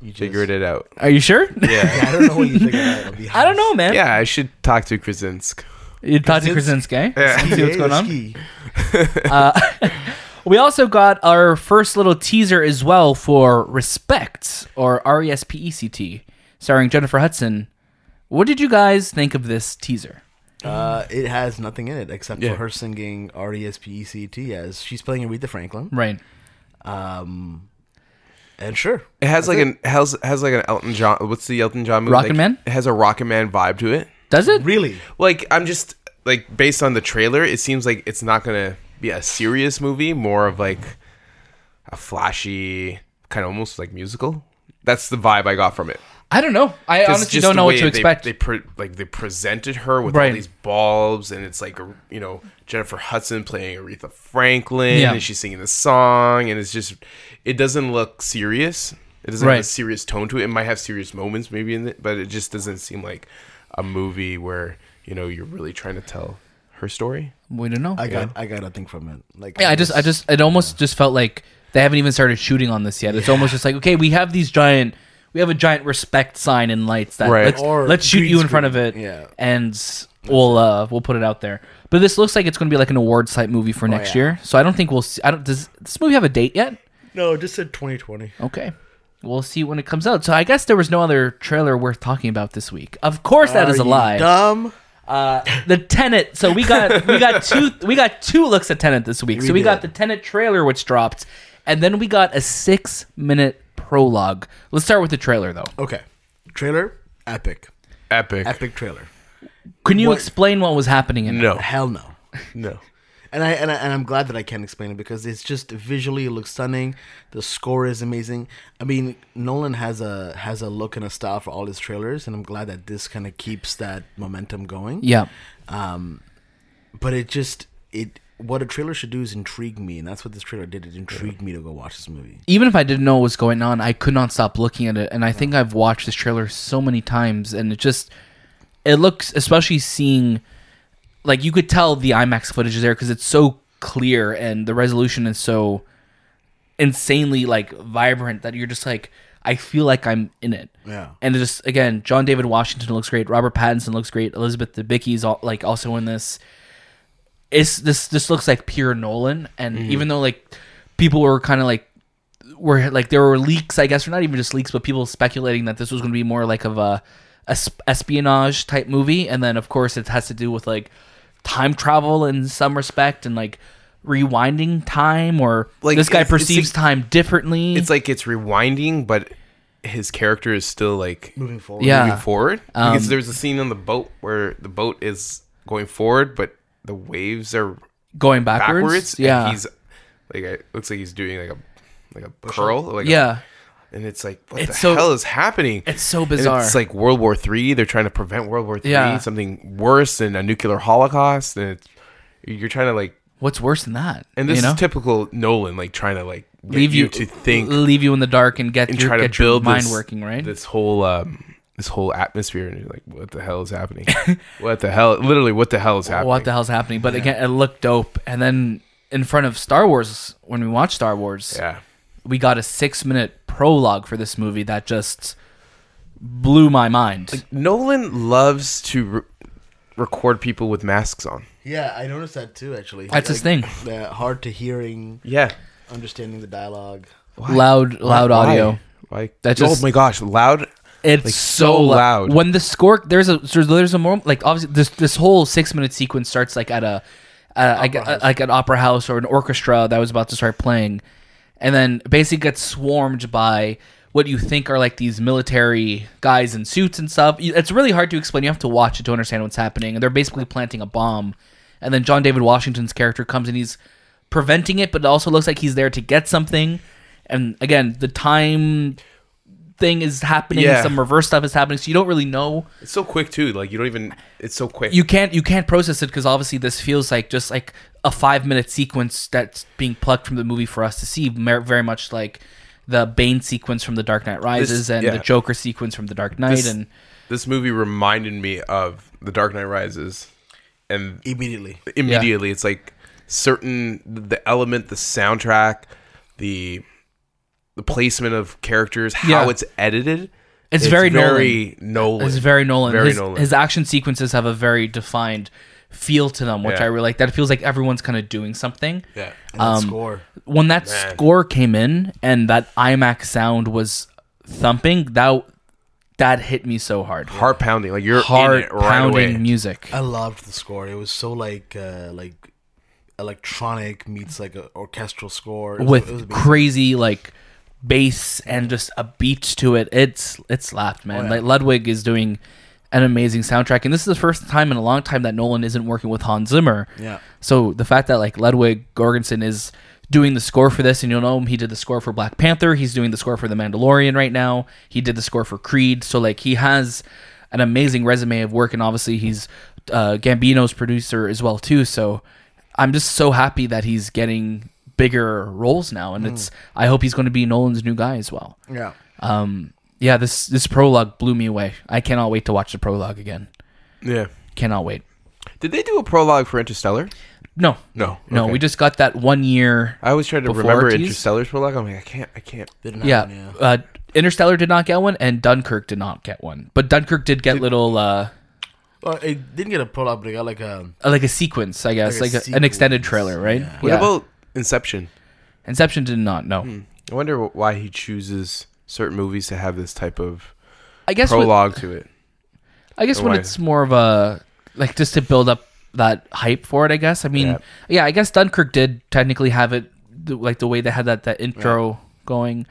C: You just-
B: figured it out.
A: Are you sure?
B: Yeah.
C: Yeah, I don't know what you think about it.
A: (laughs) I don't know, man.
B: (laughs) yeah, I should talk to Krasinski.
A: You talk to
C: Krasinski.
A: Krasinski. eh?
B: Yeah.
A: See what's going on. We also got our first little teaser as well for Respect or R E S P E C T, starring Jennifer Hudson. What did you guys think of this teaser?
C: Uh, it has nothing in it except
B: Yeah.
C: for her singing R E S P E C T as she's playing Aretha Franklin.
A: Right.
C: Um, and sure,
B: It has like an has has like an Elton John. What's the Elton John movie?
A: Rocket
B: Like,
A: Man?
B: It has a Rocket Man vibe to it.
A: Does it?
C: really,
B: Like I'm just like based on the trailer, it seems like it's not gonna be a serious movie, more of like a flashy kind of almost like musical. That's the vibe I got from it.
A: I don't know. I
B: 'Cause
A: honestly
B: just
A: don't
B: the
A: know what
B: way
A: to
B: they-
A: expect.
B: They, pre- like they presented her with
A: Right.
B: all these bulbs, and it's like you know Jennifer Hudson playing Aretha Franklin,
A: Yeah.
B: and she's singing the song, and it's just it doesn't look serious. It doesn't have a
A: Right.
B: serious tone to it. It might have serious moments maybe in it, but it just doesn't seem like a movie where you know you're really trying to tell her story.
A: we don't know.
C: I
A: I,
C: got I got nothing from it. Like,
A: yeah, I just, I just, it almost just felt like they haven't even started shooting on this yet. It's almost just like, okay, we have these giant, we we have a giant respect sign and lights that
B: Right.
A: let's,
C: Or
A: let's shoot
C: green
A: you in front of
C: screen,
A: it
C: yeah.
A: and we'll uh, we'll put it out there. But this looks like it's going to be like an award site movie for next
C: Oh, yeah.
A: year. So I don't think we'll see. I don't does this movie have a date yet?
C: No, it just said 2020.
A: Okay. We'll see when it comes out. So I guess there was no other trailer worth talking about this week. Of course that is a
C: Are you
A: lie.
C: Dumb.
A: Uh, the Tenant. So we got we got two we got two looks at Tenant this week. so we
C: did.
A: got the Tenant trailer which dropped, and then we got a six minute prologue. Let's start with the trailer though.
C: Okay. Trailer. Epic.
B: Epic.
C: Epic trailer.
A: Can you
C: What-
A: explain what was happening in it?
B: No.
A: (laughs)
C: Hell no.
B: No.
C: And I, and I and I'm glad that I can explain it because it's just visually it looks stunning. The score is amazing. I mean, Nolan has a has a look and a style for all his trailers, and I'm glad that this kind of keeps that momentum going.
A: Yeah.
C: But it just it what a trailer should do is intrigue me, and that's what this trailer did. It intrigued me to go watch this movie.
A: Even if I didn't know what was going on, I could not stop looking at it, and I think I've watched this trailer so many times, and it just it looks, especially seeing, like you could tell the IMAX footage is there because it's so clear and the resolution is so insanely like vibrant that you're just like I feel like I'm in it.
C: Yeah.
A: And it just again, John David Washington looks great. Robert Pattinson looks great. Elizabeth Debicki's all, like also in this. It's this this looks like pure Nolan, and even though like people were kind of like were like there were leaks, I guess, or not even just leaks, but people speculating that this was going to be more like of a, a sp- espionage type movie, and then of course it has to do with like time travel in some respect, and like rewinding time, or
B: Like,
A: this guy
B: it's- it's
A: perceives
B: like-
A: time differently.
B: It's like it's rewinding, but his character is still like
C: Moving forward.
A: Yeah. Um,
B: moving forward. because there's a scene on the boat where the boat is going forward, but the waves are
A: going backwards.
B: backwards. and
A: yeah,
B: he's like it looks like he's doing like a like a curl. Like a-
A: yeah.
B: and it's like what
A: It's
B: the
A: so-
B: hell is happening?
A: It's so
B: And
A: bizarre.
B: it's like World War Three. They're trying to prevent World War Three.
A: Yeah.
B: Something worse than a nuclear holocaust. And it's, you're trying to like.
A: What's worse than that?
B: And this
A: you know?
B: is typical Nolan, like trying to like get
A: leave you,
B: to think
A: leave you in the dark, and get
B: and
A: your,
B: try to
A: get your
B: build
A: mind
B: this,
A: working right.
B: This whole um, this whole atmosphere, and you're like, what the hell is happening? (laughs) what the hell? Literally, what the hell is happening?
A: What the hell's happening? But again, it looked dope. And then in front of Star Wars, when we watched Star Wars,
B: Yeah,
A: we got a six-minute prologue for this movie that just blew my mind.
B: (laughs) Nolan loves to re- record people with masks on.
C: Yeah, I noticed that too. Actually,
A: That's his thing.
C: The hard to hearing,
B: Yeah,
C: understanding the dialogue.
A: Loud, loud audio.
B: Like
A: That just-
B: oh my gosh, loud.
A: It's
B: Like,
A: so,
B: so
A: loud.
B: loud.
A: When the score there's a there's, there's a moment like obviously this this whole six minute sequence starts like at a, uh, like, a like an opera house or an orchestra that was about to start playing, and then basically gets swarmed by what you think are like these military guys in suits and stuff. You- It's really hard to explain. You have to watch it to understand what's happening. And they're basically planting a bomb, and then John David Washington's character comes and he's preventing it, but it also looks like he's there to get something. And again, the time thing is happening
B: Yeah.
A: some reverse stuff is happening so you don't really know
B: It's so quick too. Like you don't even. It's so quick.
A: you can't you can't process it because obviously this feels like just like a five minute sequence that's being plucked from the movie for us to see mer- very much like the bane sequence from the dark knight rises and the
B: yeah.
A: joker sequence from the dark knight
B: this,
A: and
B: this movie reminded me of The Dark Knight Rises, and
C: Immediately,
B: immediately. It's like certain the element, the soundtrack, the the placement of characters, how
A: Yeah.
B: it's edited.
A: It's very
B: very Nolan.
A: It's very Nolan.
B: Very
A: his,
B: Nolan.
A: his action sequences have a very defined feel to them, which
B: Yeah.
A: I really like. That feels like everyone's kind of doing something.
B: yeah.
C: and
A: Um,
C: that score.
A: when that
B: Man.
A: score came in and that IMAX sound was thumping, that that hit me so hard.
B: Heart pounding, like you're in
A: Hard
B: it right
A: pounding
B: away.
A: music.
C: I loved the score. It was so like uh like electronic meets like an orchestral score It was- it was
A: with
C: amazing.
A: crazy like bass and just a beat to it. It's it slapped,
B: Oh,
A: man. Like Ludwig is doing an amazing soundtrack, and this is the first time in a long time that Nolan isn't working with Hans Zimmer.
C: Yeah.
A: So the fact that like Ludwig Gorgensen is doing the score for this, and you'll know him, he did the score for Black Panther. He's doing the score for The Mandalorian right now. He did the score for Creed. So like he has an amazing resume of work, and obviously he's uh, Gambino's producer as well too. So I'm just so happy that he's getting bigger roles now, and it's I hope he's going to be Nolan's new guy as well.
C: yeah.
A: Um, yeah, this this prologue blew me away. I cannot wait to watch the prologue again.
B: Yeah.
A: Cannot wait.
B: Did they do a prologue for Interstellar?
A: No,
B: No.
A: no,
B: Okay.
A: we just got that one year.
B: I always try to
A: Before
B: remember
A: tease?
B: Interstellar's prologue. I'm like, I can't. I can't.
C: Didn't
A: yeah,
C: happen,
A: Uh, Interstellar did not get one, and Dunkirk did not get one. But Dunkirk did get little, uh,
C: Well, it didn't get a prologue, but it got like um, a.
A: like a sequence, I guess,
C: Like
A: like,
C: a
A: a, an extended
C: sequence,
A: trailer, right?
C: yeah.
B: What
A: Yeah.
B: about Inception?
A: Inception? Did not. No,
B: I wonder wh- why he chooses certain movies to have this type of
A: I guess. What,
B: prologue to it.
A: I guess when
B: Why?
A: it's more of a like just to build up that hype for it. I guess. I mean, yeah,
B: Yeah.
A: I guess Dunkirk did technically have it th- like the way they had that that intro going.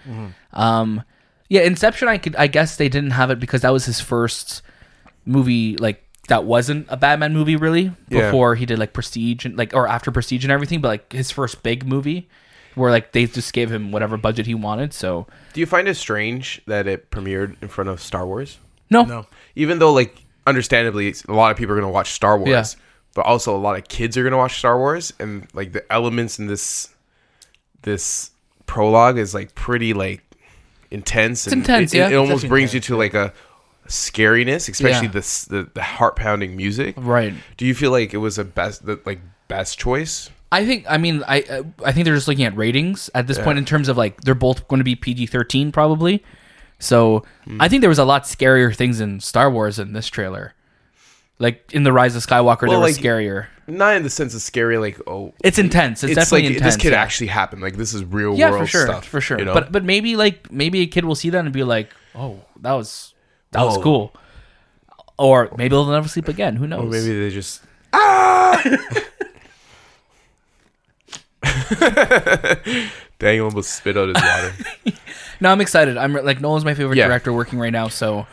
A: Um, yeah, Inception. I could. I guess they didn't have it because that was his first movie. Like that wasn't a Batman movie really
B: Yeah.
A: before he did like Prestige and like or after Prestige and everything. But like his first big movie. Where like they just gave him whatever budget he wanted, so
B: Do you find it strange that it premiered in front of Star Wars?
A: no,
C: No.
B: Even though, like, understandably, it's- a lot of people are going to watch Star Wars,
A: Yeah.
B: but also a lot of kids are going to watch Star Wars, and like the elements in this this prologue is like pretty like intense. It's
A: intense,
B: It,
A: yeah.
B: it,
A: It's
B: almost
C: definitely
B: brings you to like a scariness, especially
A: Yeah.
B: this the, the heart pounding music.
A: right?
B: Do you feel like it was a best the, like best choice?
A: I think. I mean, I uh, I think they're just looking at ratings at this point in terms of like they're both going to be PG thirteen probably. So
B: Hmm.
A: I think there was a lot scarier things in Star Wars in this trailer, like in the Rise of Skywalker. there
B: Well,
A: was
B: like-
A: scarier.
B: Not in the sense of scary, like oh,
A: It's intense. It's,
B: it's like
A: definitely intense.
B: this could
A: yeah.
B: actually happen. Like this is real
A: yeah,
B: world
A: for sure,
B: stuff.
A: for sure.
B: you know?
A: But but maybe like maybe a kid will see that and be like, oh, that was that was
B: Whoa.
A: cool. Or maybe they'll never sleep again. Who knows?
B: Or Oh, maybe they just ah. (laughs) Dang almost spit out his water.
A: No, I'm excited. I'm like Nolan's my favorite
B: Yeah.
A: director working right now, so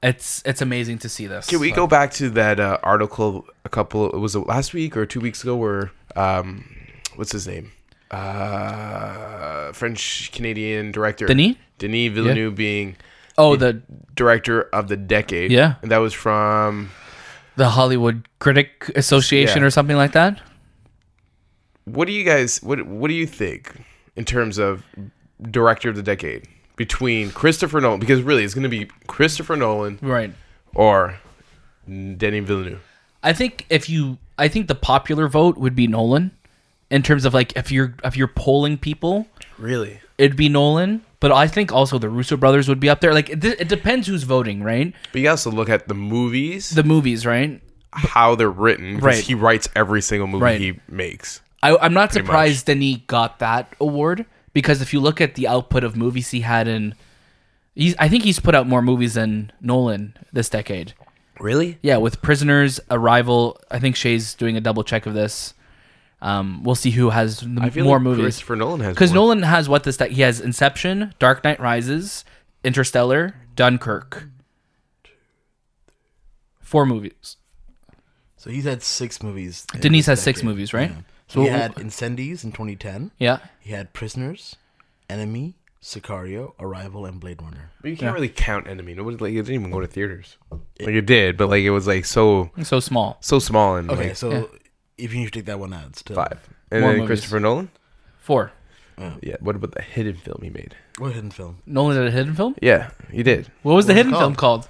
A: it's it's amazing to see this.
B: (laughs) Can we go back to that uh, article a couple? Was it last week or two weeks ago? Where um, what's his name? Uh, French Canadian director
A: Denis?
B: Denis Villeneuve being
A: Oh, the
B: director of the decade.
A: Yeah.
B: and that was from
A: the Hollywood Critic Association
B: Yeah.
A: or something like that.
B: What do you guys what what do you think in terms of director of the decade between Christopher Nolan because really it's going to be Christopher Nolan
A: Right.
B: or Denis Villeneuve.
A: I think if you, I think the popular vote would be Nolan, in terms of like if you're if you're polling people,
B: Really?
A: it'd be Nolan. But I think also the Russo brothers would be up there. Like it, it depends who's voting, right?
B: But you also look at the movies,
A: The movies, right?
B: how they're written because
A: Right.
B: he writes every single movie
A: Right.
B: he makes.
A: I, I'm not
B: Pretty
A: surprised Denis got that award because if you look at the output of movies he had in, he's I think he's put out more movies than Nolan this decade.
B: Really?
A: Yeah, with Prisoners, Arrival. I think Shay's doing a double check of this. Um, we'll see who has the
B: I feel
A: more
B: like
A: movies.
B: Christopher Nolan has
A: Because
B: more.
A: Nolan has what this that he has Inception, Dark Knight Rises, Interstellar, Dunkirk. Four movies.
C: So he's had six movies. in
A: Denise
C: this
A: has six
C: decade.
A: movies, right?
C: So he had Incendies in 2010.
A: Yeah.
C: He had Prisoners, Enemy, Sicario, Arrival, and Blade Runner.
B: But you can't really count Enemy. Nobody like it didn't even go to theaters. Like it did, but like it was like so
A: So small.
B: so small and
C: Okay,
B: like
C: so even if you take that one out, it's still
B: five. And
A: More
B: then
A: movies.
B: Christopher Nolan?
A: Four.
B: Yeah. What about the hidden film he made?
C: What hidden film?
A: Nolan did a hidden film?
B: Yeah, he did.
A: What was the
C: What was it
A: hidden film called?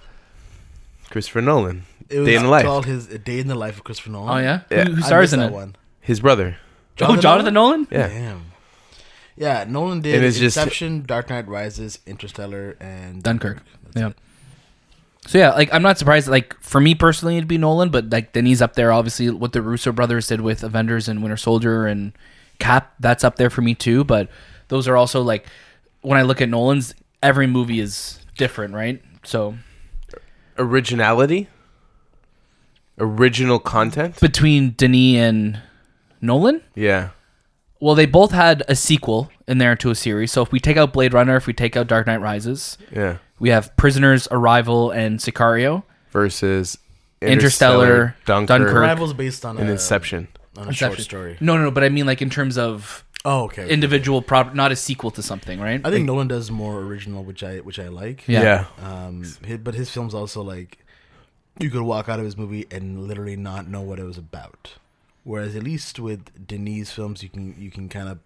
B: Christopher Nolan.
C: It was
B: Day in the Life.
C: called his A Day in the Life of Christopher Nolan.
A: Oh yeah?
B: Yeah.
A: Who, who
C: I
A: stars
C: missed
A: in it?
C: that one.
B: His brother.
A: oh, Jonathan Nolan?
B: Yeah.
C: Damn. Yeah, Nolan did
B: And it's just-
C: Inception, Dark Knight Rises, Interstellar, and
A: Dunkirk. Yeah. So yeah, like I'm not surprised. Like for me personally, it'd be Nolan, but like then he's up there. Obviously, what the Russo brothers did with Avengers and Winter Soldier and Cap, that's up there for me too. But those are also like when I look at Nolan's, every movie is different, right? So
B: Originality. Original content.
A: between Denis and Nolan,
B: Yeah.
A: well, they both had a sequel in there to a series. So if we take out Blade Runner, if we take out Dark Knight Rises,
B: Yeah.
A: we have Prisoners, Arrival, and Sicario.
B: Versus
A: Interstellar,
B: Dunkirk,
A: Dunkirk,
C: Arrival's based on
B: and
C: a,
B: Inception.
C: on a
A: Inception.
C: short story.
A: No, no, no. But I mean, like in terms of
C: Oh, okay. okay.
A: individual prop, not a sequel to something, right?
C: I think Nolan does more original, which I which I like.
A: Yeah.
C: Um, hi- but his films also like you could walk out of his movie and literally not know what it was about. Whereas at least with Denis films, you can you can kind of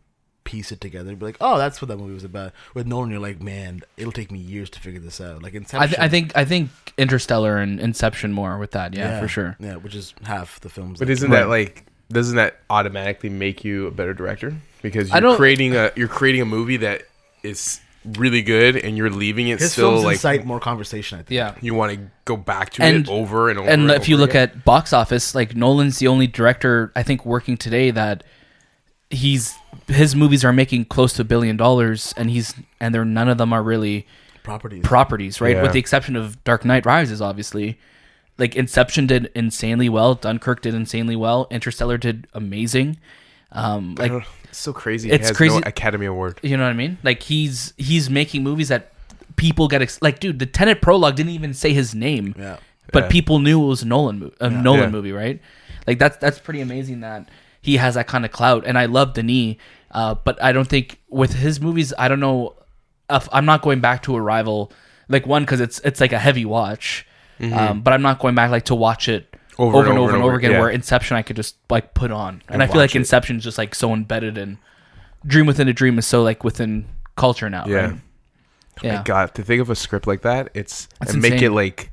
C: piece it together and be like, oh, that's what that movie was about. With Nolan, you're like, man, it'll take me years to figure this out. Like Inception,
A: I, th- I think I think Interstellar and Inception more with that, yeah, for sure.
C: Yeah, which is half the films.
B: But
C: that-
B: isn't that like doesn't that automatically make you a better director? Because
A: I
B: you're
A: don't-
B: creating a you're creating a movie that is really good and you're leaving it
C: His
B: still
C: films
B: like
C: incite more conversation. I think.
A: Yeah.
B: you want to go back to
A: And-
B: it over and over.
A: and
B: over
A: if you look
B: again.
A: at box office, like Nolan's the only director I think working today that he's his movies are making close to a billion dollars, and he's and they're none of them are really
C: Properties.
A: properties, right?
B: Yeah.
A: With the exception of Dark Knight Rises, obviously. Like Inception did insanely well, Dunkirk did insanely well, Interstellar did amazing. Um, like
B: it's so crazy.
A: It's
B: It's has
A: crazy-
B: No Academy Award.
A: you know what I mean? Like he's he's making movies that people get ex- like, dude, the Tenet prologue didn't even say his name,
C: Yeah.
A: but
B: Yeah.
A: people knew it was a Nolan mo- a Nolan
B: Yeah.
A: movie, right? Like that's that's pretty amazing that he has that kind of clout, and I love Denis, uh, but I don't think with his movies, I don't know, if, I'm not going back to Arrival, like one because it's it's like a heavy watch, um, but I'm not going back like to watch it. Over, and over and over again,
B: yeah.
A: where Inception I could just like put on, and, I feel like
B: watch it.
A: Inception is just like so embedded in Dream Within a Dream is so like within culture now.
B: Yeah.
A: Right? (laughs) Yeah.
B: Oh My God, to think of a script like that, it's
A: That's
B: and make it
A: insane.
B: like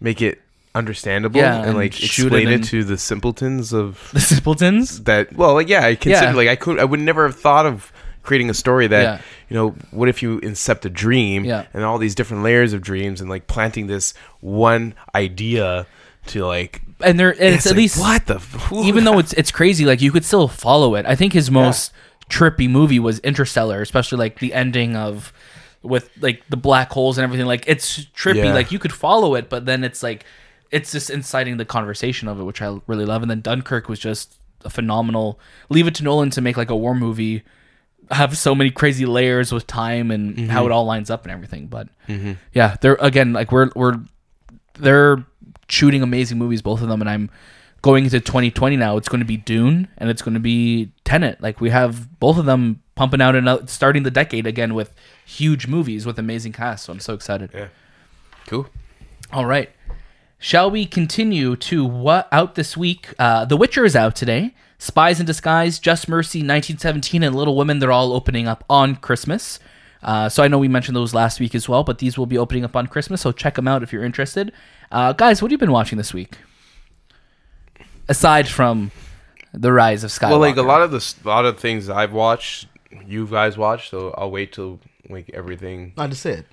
B: make it understandable
A: Yeah,
B: and,
A: and
B: like
A: shoot
B: explain
A: it
B: it,
A: in-
B: to the simpletons of
A: The Simpletons.
B: that. Well, like yeah, I consider
A: Yeah.
B: like I could I would never have thought of creating a story that
A: Yeah.
B: you know what if you incept a dream
A: Yeah.
B: and all these different layers of dreams and like planting this one idea to like
A: And there and it's, at
B: like,
A: least
B: what the f-
A: even though it's it's crazy, like you could still follow it. I think his most trippy movie was Interstellar, especially like the ending of with like the black holes and everything. Like it's trippy.
B: Yeah.
A: Like you could follow it, but then it's like it's just inciting the conversation of it, which I really love. And then Dunkirk was just a phenomenal. Leave it to Nolan to make like a war movie, have so many crazy layers with time and how it all lines up and everything. But yeah, they're again like we're we're they're shooting amazing movies, both of them, and I'm going into 2020 now. It's going to be Dune and it's going to be Tenet. Like we have both of them pumping out and out- starting the decade again with huge movies with amazing casts. So I'm so excited.
B: Yeah. cool
A: All right, shall we continue to what out this week? Uh, the Witcher is out today. Spies in Disguise, Just Mercy, 1917, and Little Women. They're all opening up on Christmas. Uh, so I know we mentioned those last week as well, but these will be opening up on Christmas. So check them out if you're interested. Uh, guys, what have you been watching this week? Aside from the rise of Skywalker.
B: well like a lot of the s- lot of things i've watched you guys watched so i'll wait till like everything
C: Not to say it.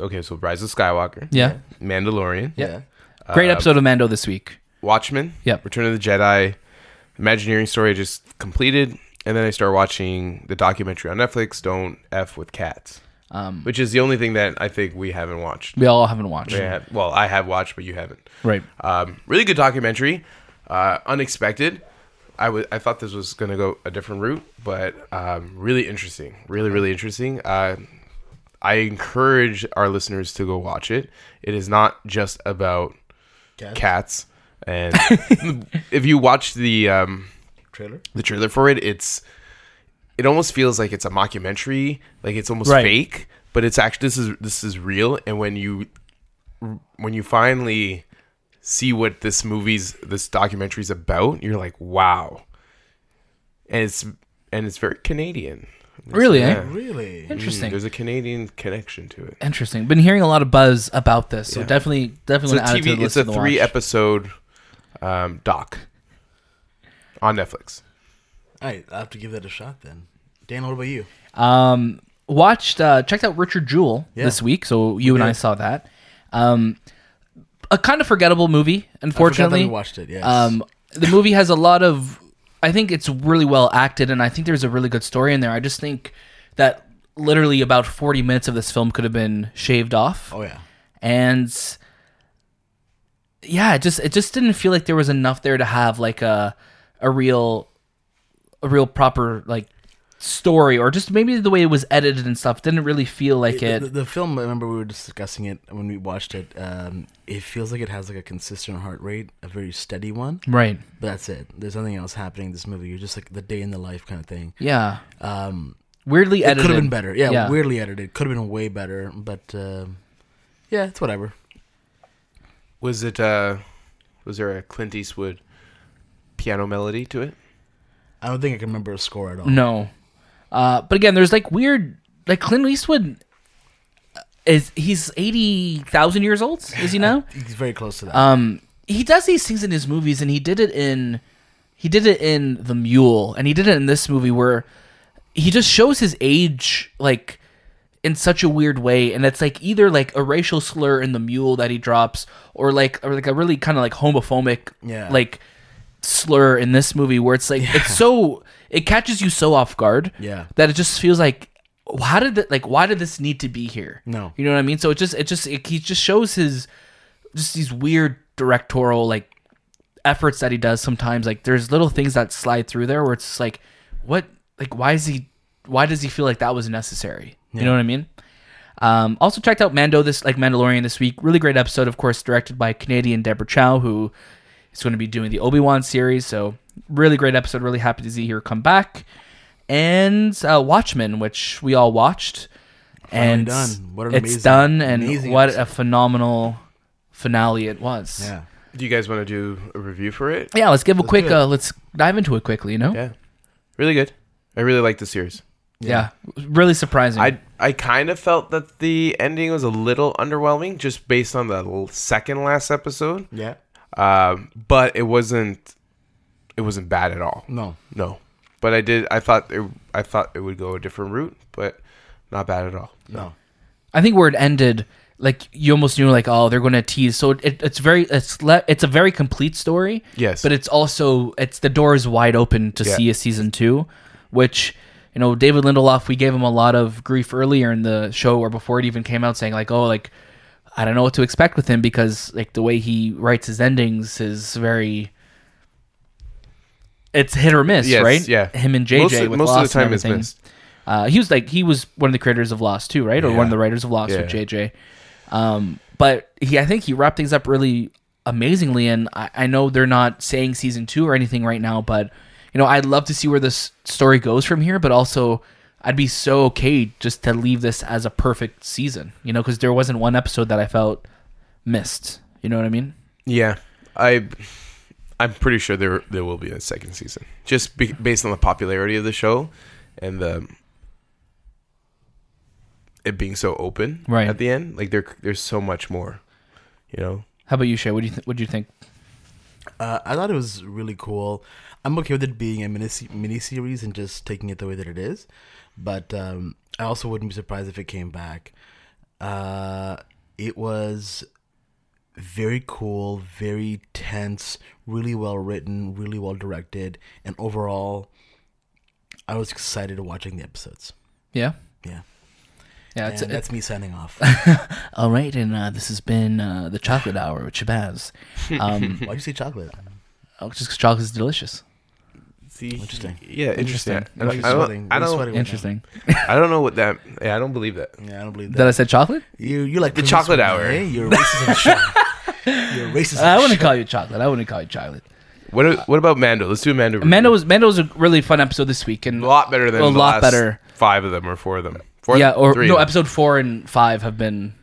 B: okay so rise of skywalker
A: Yeah.
B: mandalorian
C: Yeah.
A: Great
B: Uh,
A: episode of Mando this week.
B: watchmen
A: Yep.
B: return of the jedi imagineering story i just completed and then i started watching the documentary on netflix don't f with cats
A: Um,
B: which is the only thing that i think we haven't watched
A: We all haven't watched.
B: We have- well i have watched but you haven't
A: Right.
B: Um, really good documentary. Uh, unexpected. I wa- I thought this was going to go a different route, but um, really interesting. Really, really interesting. Uh, I encourage our listeners to go watch it. It is not just about
C: Cats.
B: cats. And (laughs) if you watch the um,
C: Trailer.
B: the trailer for it, it's it almost feels like it's a mockumentary, like it's almost
A: Right.
B: fake, but it's actually this is this is real. And when you when you finally see what this movie's this documentary's about, you're like, wow. And it's and it's very Canadian.
A: Really, eh?
B: Yeah.
C: Really.
A: Interesting.
B: There's a Canadian connection to it.
A: Interesting. Been hearing a lot of buzz about this, so
B: Yeah.
A: definitely, definitely
B: It's a
A: wanna add it to
B: TV.
A: the
B: It's
A: list
B: a
A: to
B: three
A: watch.
B: episode um, doc on Netflix.
C: All right. I have to give that a shot then. Dan, what about you?
A: Um, watched, uh, checked out Richard Jewell this week. So you and I saw that. Um, a kind of forgettable movie, unfortunately.
C: we watched it, yes.
A: Um, the movie has a lot of. I think it's really well acted, and I think there's a really good story in there. I just think that literally about 40 minutes of this film could have been shaved off.
C: Oh yeah.
A: and yeah, it just it just didn't feel like there was enough there to have like a a real a real proper like story or just maybe the way it was edited and stuff didn't really feel like
C: The,
A: it.
C: the, the film. I remember we were discussing it when we watched it. Um, it feels like it has like a consistent heart rate, a very steady one.
A: right.
C: But that's it. There's nothing else happening in this movie. You're just like the day in the life kind of thing.
A: Yeah.
C: Um,
A: Weirdly
C: it
A: edited.
C: could have been better. Yeah,
A: Yeah.
C: weirdly edited. Could have been way better. But um yeah, it's whatever.
B: Was it uh was there a Clint Eastwood piano melody to it?
C: I don't think I can remember a score at all.
A: No. Uh, but again, there's like weird like Clint Eastwood uh, is he's eighty thousand years old, is he now?
C: He's very close to that.
A: um he does these things in his movies and he did it in he did it in the mule and he did it in this movie where he just shows his age like in such a weird way, and it's like either like a racial slur in the mule that he drops, or like or like a really kind of like homophobic
C: Yeah.
A: like slur in this movie where it's like it's so it catches you so off guard
C: Yeah.
A: that it just feels like how did that like why did this need to be here
C: No.
A: you know what i mean so it just it just it, he just shows his just these weird directorial like efforts that he does sometimes like there's little things that slide through there where it's just like what like why is he why does he feel like that was necessary you know what i mean um, also checked out mando this like mandalorian this week really great episode of course directed by canadian deborah chow who is going to be doing the obi-wan series so really great episode really happy to see her come back and uh, watchmen which we all watched and
C: done. What an
A: it's
C: amazing-
A: done and
C: amazing
A: what
C: episode.
A: a phenomenal finale it was
C: Yeah.
B: Do you guys want to do a review for it?
A: yeah let's give a quick
C: do it.
A: uh, let's dive into it quickly you know
B: Yeah. Really good. I really like the series.
A: yeah, really surprising
B: I I kind of felt that the ending was a little underwhelming just based on the l- second last episode.
C: Yeah.
B: Um, but it wasn't it wasn't bad at all.
C: No.
B: No. But I did I thought it I thought it would go a different route, but not bad at all.
C: No.
A: I think where it ended, like you almost knew, like oh, they're going to tease. So it, it's very it's le- it's a very complete story.
B: Yes.
A: but it's also it's the door is wide open to
B: Yeah.
A: see a season two, which you know David Lindelof, we gave him a lot of grief earlier in the show or before it even came out, saying like oh like I don't know what to expect with him because like the way he writes his endings is very. It's hit or miss,
B: Yes,
A: right?
B: yeah.
A: Him and JJ
B: Most of-
A: with
B: most of the
A: Lost and
B: time it's
A: everything.
B: missed.
A: Uh, he was like he was one of the creators of Lost too, right? Or one of
B: Yeah.
A: the writers of Lost with
B: Yeah.
A: JJ. Um, but he, I think he wrapped things up really amazingly. And I, I know they're not saying season two or anything right now, but you know, I'd love to see where this story goes from here. But also, I'd be so okay just to leave this as a perfect season, you know, because there wasn't one episode that I felt missed. You know what I mean?
B: Yeah. I I'm pretty sure there there will be a second season. Just be, based on the popularity of the show and the it being so open
A: Right.
B: at the end, like there there's so much more, you know.
A: How about you, Shay? What do you th- what do you think?
C: Uh, I thought it was really cool. I'm okay with it being a mini mini series and just taking it the way that it is, but um, I also wouldn't be surprised if it came back. Uh, it was very cool, very tense, really well written, really well directed, and overall, I was excited watching the episodes.
A: Yeah,
C: Yeah,
A: yeah. It's,
C: and
A: it's,
C: that's me signing off.
A: all right, and uh, this has been uh, the Chocolate Hour with Shabazz. Um,
C: (laughs) Why'd you say chocolate?
A: Oh, just 'cause chocolate is delicious.
B: interesting. Yeah, interesting.
A: Interesting.
B: I don't- I
C: Sweating.
B: don't, I
C: We're
B: don't,
C: sweating right
A: Interesting.
B: I don't know what that. Yeah, I don't believe that.
C: now. Yeah, I don't believe that.
A: that I said chocolate?
C: You you like the
B: chocolate hour.
C: eh? You're racist. as shit. You're racist.
A: I
C: as
A: wouldn't
C: shit.
A: call you chocolate. I wouldn't call you chocolate.
B: What What about Mando? Let's do a Mando. review.
A: Uh, Mando was Mando was a really fun episode this week, and
B: a lot better than
A: a
B: the
A: lot
B: last
A: better.
B: Five of them or four of them. Four,
A: yeah, or
B: three
A: no,
B: of them.
A: episode four and five have been.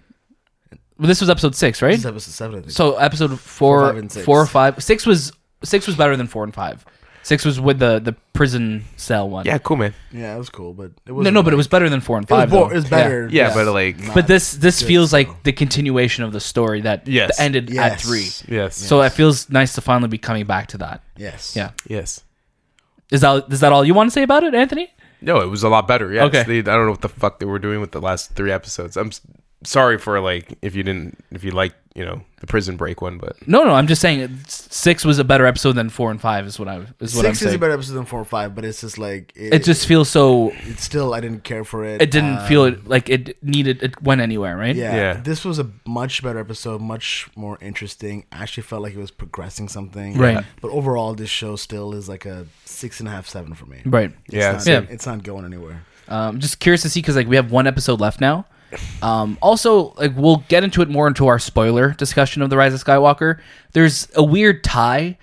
A: Well, this was episode six, right?
C: This episode seven. I think.
A: So episode four,
C: Four, five, and six.
A: four or five, six was six was better than four and five. Six was with the the prison cell one.
B: Yeah, cool, man.
C: yeah, it was cool, but it was
A: no, no, but it was better than four and
C: it was,
A: five.
C: bo-
A: though.
C: it was
A: Yeah.
C: better.
B: Yeah,
C: just
B: but like,
C: not-
A: But this this
C: Good
A: feels
C: show.
A: like the continuation of the story that
B: Yes.
A: ended at
C: Yes.
A: three.
B: yes,
A: So it feels nice to finally be coming back to that.
C: yes,
A: Yeah.
B: yes.
A: Is that is that all you want to say about it, Anthony?
B: No, it was a lot better. Yes.
A: Okay.
B: They, I don't know what the fuck they were doing with the last three episodes. I'm s- sorry for like if you didn't if you liked you know the prison break one, but
A: No, no, I'm just saying it's- six was a better episode than four and five is what I is what i I'm
C: six is
A: saying.
C: a better episode than four or five, but it's just like it,
A: it just feels so
C: it's still I didn't care for it.
A: it didn't
C: Uh,
A: feel it, like it needed it went anywhere, right?
C: Yeah,
B: Yeah.
C: this was a much better episode, much more interesting. I actually felt like it was progressing something.
A: Right.
C: But overall, this show still is like a six and a half, seven for me.
A: Right.
C: It's
B: Yeah,
C: not,
A: same.
C: it's not going anywhere.
A: Um, just curious to see because like we have one episode left now. Um, also, like we'll get into it more into our spoiler discussion of the Rise of Skywalker. There's a weird tie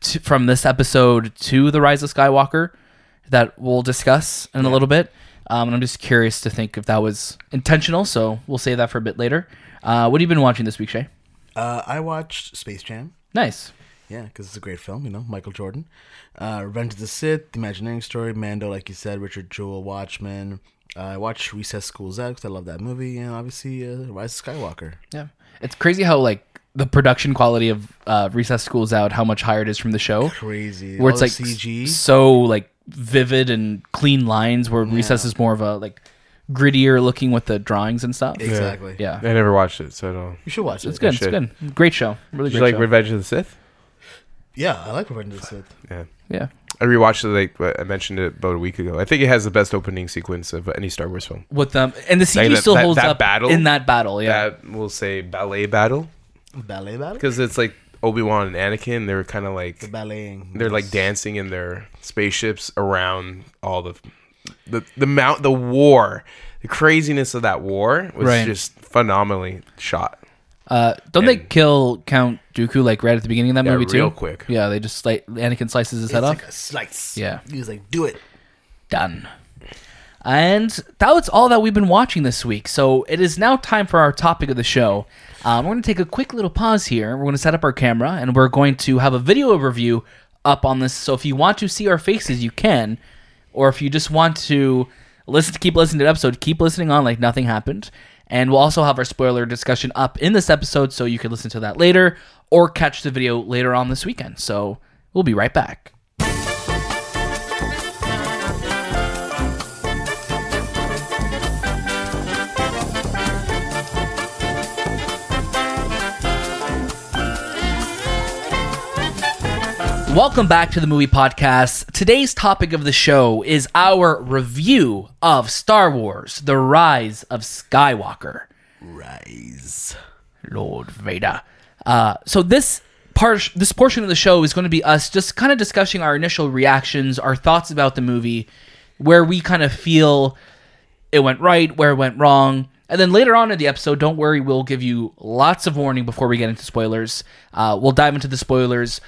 A: to, from this episode to the Rise of Skywalker that we'll discuss in a little bit. Um, and I'm just curious to think if that was intentional. So we'll save that for a bit later. Uh, what have you been watching this week, Shay?
C: Uh, I watched Space Jam.
A: Nice.
C: Yeah, because it's a great film, you know, Michael Jordan. Uh, Revenge of the Sith, The Imagineering Story, Mando, like you said, Richard Jewell, Watchmen. Uh, I watched Recess School's Out 'cause I love that movie, and obviously uh, Rise of Skywalker.
A: Yeah, it's crazy how like the production quality of uh, Recess School's Out, how much higher it is from the show.
C: Crazy.
A: where
C: All
A: it's
C: the
A: like
C: CG.
A: so like vivid and clean lines where recess is more of a like grittier looking with the drawings and stuff. Yeah.
C: Exactly.
B: I never watched it, so I don't.
C: You should watch it.
A: It's good. It's
B: should.
A: good. Great show. Really
B: Did you
A: great
B: like
A: show.
B: Revenge of the Sith?
C: Yeah, I like Revenge of the Sith.
B: Yeah.
A: yeah.
B: I rewatched it like what I mentioned it about a week ago. I think it has the best opening sequence of any Star Wars film.
A: With them and the CG
B: Like that-
A: still
B: that-
A: holds
B: that
A: up
B: battle?
A: in that battle, yeah.
B: That we'll say ballet battle
C: Ballet battle.
B: because it's like Obi Wan and Anakin. They're kind of
C: The
B: like
C: balleting.
B: they're like dancing in their spaceships around all the the the mount the war. The craziness of that war was
A: Right.
B: just phenomenally shot.
A: Uh, don't they
B: And-
A: kill Count Dooku like right at the beginning of that
B: Yeah,
A: movie too?
B: real quick.
A: Yeah, they just like Anakin slices his
C: It's
A: head off.
C: like a slice.
A: Yeah.
C: He was like, "Do it."
A: Done. And that was all that we've been watching this week. So it is now time for our topic of the show. Um, we're going to take a quick little pause here. We're going to set up our camera and we're going to have a video review up on this. So if you want to see our faces, you can. Or if you just want to listen to keep listening to the episode, keep listening on like nothing happened. And we'll also have our spoiler discussion up in this episode so you can listen to that later or catch the video later on this weekend. So we'll be right back. Welcome back to the movie podcast. Today's topic of the show is our review of Star Wars The Rise of Skywalker.
C: Rise.
A: Lord Vader. Uh, so this part, this portion of the show is going to be us just kind of discussing our initial reactions, our thoughts about the movie, where we kind of feel it went right, where it went wrong, and then later on in the episode, don't worry, we'll give you lots of warning before we get into spoilers. Uh, we'll dive into the spoilers.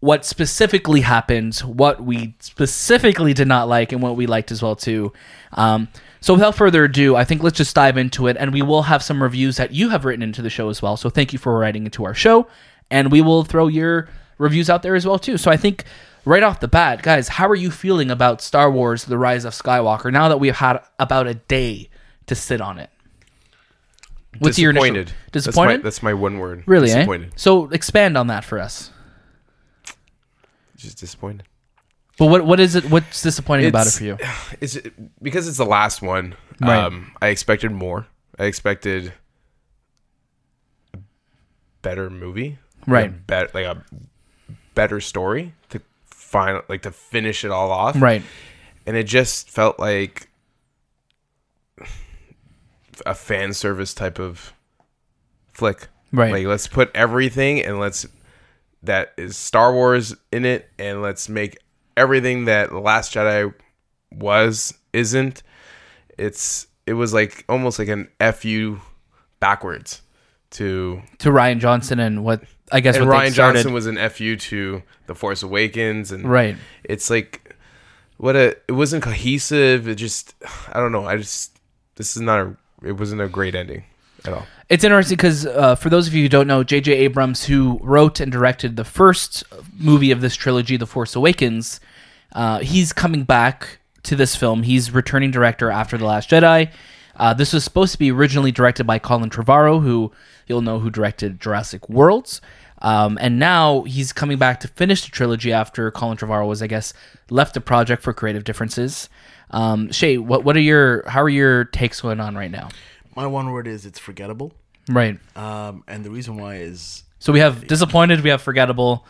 A: What specifically happened, what we specifically did not like, and what we liked as well too. Um, so without further ado, I think let's just dive into it, and we will have some reviews that you have written into the show as well. So thank you for writing into our show, and we will throw your reviews out there as well too. So I think right off the bat, guys, how are you feeling about Star Wars: The Rise of Skywalker now that we've had about a day to sit on it? What's your initial-
B: disappointed? That's my-
A: disappointed?
B: That's my, one word.
A: really, eh?
B: disappointed.
A: So expand on that for us.
B: Just disappointed.
A: But what what is it? What's disappointing about it
B: (sighs) It's-
A: for you?
B: Is it because it's the last one?
A: Right.
B: Um, I expected more. I expected a better movie,
A: Right.
B: A bet- like a better story to final, like to finish it all off,
A: Right.
B: And it just felt like a fan service type of flick,
A: Right.
B: Like let's put everything and let's that is Star Wars in it, and let's make everything that The Last Jedi was isn't. It's it was like almost like an fu backwards to
A: To Ryan Johnson and what I guess
B: and
A: what
B: Ryan
A: they started.
B: Johnson was an fu to The Force Awakens and
A: right.
B: it's like what a it wasn't cohesive. It just I don't know. I just this is not a it wasn't a great ending at all.
A: It's interesting because uh, for those of you who don't know, J.J. Abrams, who wrote and directed the first movie of this trilogy, The Force Awakens, uh, he's coming back to this film. He's returning director after The Last Jedi. Uh, this was supposed to be originally directed by Colin Trevorrow, who you'll know who directed Jurassic Worlds. Um, and now he's coming back to finish the trilogy after Colin Trevorrow was, I guess, left the project for creative differences. Um, Shay, what what are your how are your takes going on right now?
C: My one word is it's forgettable.
A: Right.
C: Um, and the reason why is
A: So we have disappointed, we have forgettable,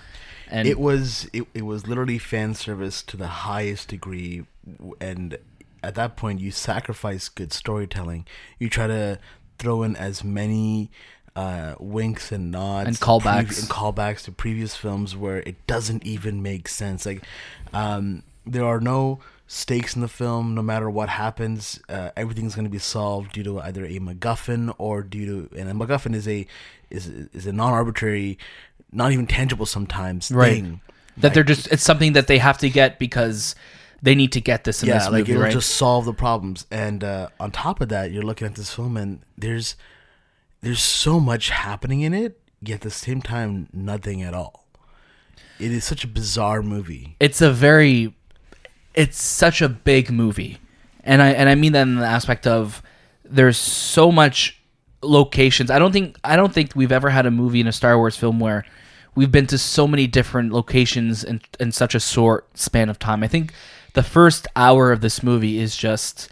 A: and
C: it was it, it was literally fan service to the highest degree w- and at that point you sacrifice good storytelling you try to throw in as many uh, winks and nods
A: And
C: to previ-
A: callbacks.
C: and callbacks to previous films where it doesn't even make sense like um, there are no stakes in the film no matter what happens uh, everything's going to be solved due to either a macguffin or due to and a macguffin is a is, is a non-arbitrary not even tangible sometimes
A: Right.
C: thing.
A: that they're just it's something that they have to get because they need to get this in
C: Yeah,
A: this
C: like
A: movie,
C: it'll
A: right?
C: just solve the problems. And uh, on top of that, you're looking at this film and there's there's so much happening in it, yet at the same time, nothing at all. It is such a bizarre movie.
A: it's a very it's such a big movie and i and i mean that in the aspect of there's so much locations i don't think i don't think we've ever had a movie in a star wars film where we've been to so many different locations in in such a short span of time i think the first hour of this movie is just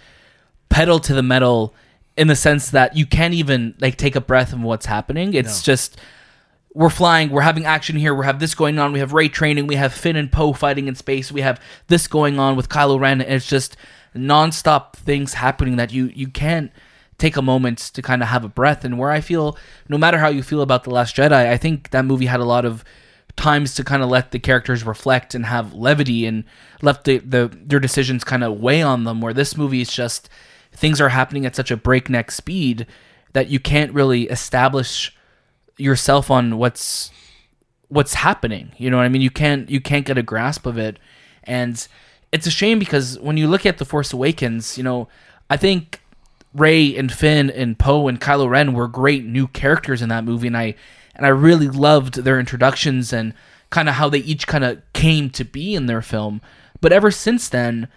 A: pedal to the metal in the sense that you can't even like take a breath of what's happening. It's just we're flying, we're having action here, we have this going on, we have Ray training, we have Finn and Poe fighting in space, we have this going on with Kylo Ren, and it's just nonstop things happening that you you can't take a moment to kind of have a breath. And where I feel, no matter how you feel about The Last Jedi, I think that movie had a lot of times to kind of let the characters reflect and have levity and left the, the their decisions kind of weigh on them where this movie is just things are happening at such a breakneck speed that you can't really establish yourself on what's what's happening. You know what I mean? You can't you can't get a grasp of it. And it's a shame because when you look at The Force Awakens, you know, I think Ray and Finn and Poe and Kylo Ren were great new characters in that movie and I and I really loved their introductions and kind of how they each kind of came to be in their film. But ever since then,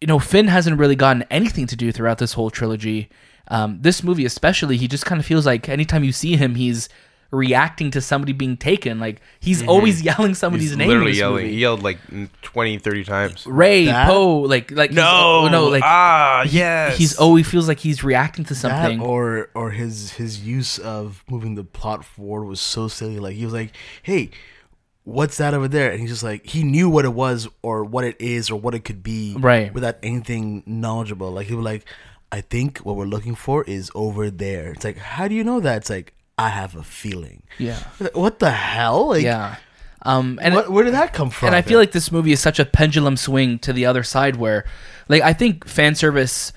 A: you know, Finn hasn't really gotten anything to do throughout this whole trilogy. Um, this movie, especially, he just kind of feels like anytime you see him, he's reacting to somebody being taken. Like he's always yelling somebody's
B: Mm-hmm. He's
A: name. in
B: literally
A: this
B: yelling.
A: movie.
B: He yelled like 20, 30 times.
A: Ray
C: That-
A: Poe, like like he's- oh, no, like
B: ah, yes.
A: he's always feels like he's reacting to something.
C: That or or his his use of moving the plot forward was so silly. Like he was like, "Hey, what's that over there?" And he's just like, he knew what it was or what it is or what it could be,
A: Right.
C: Without anything knowledgeable. Like he was like, "I think what we're looking for is over there." It's like, how do you know that? It's like, I have a feeling.
A: yeah,
C: Like, What the hell? Like,
A: yeah. Um, and
C: what, where did that come from?
A: and I feel like this movie is such a pendulum swing to the other side where like I think fan service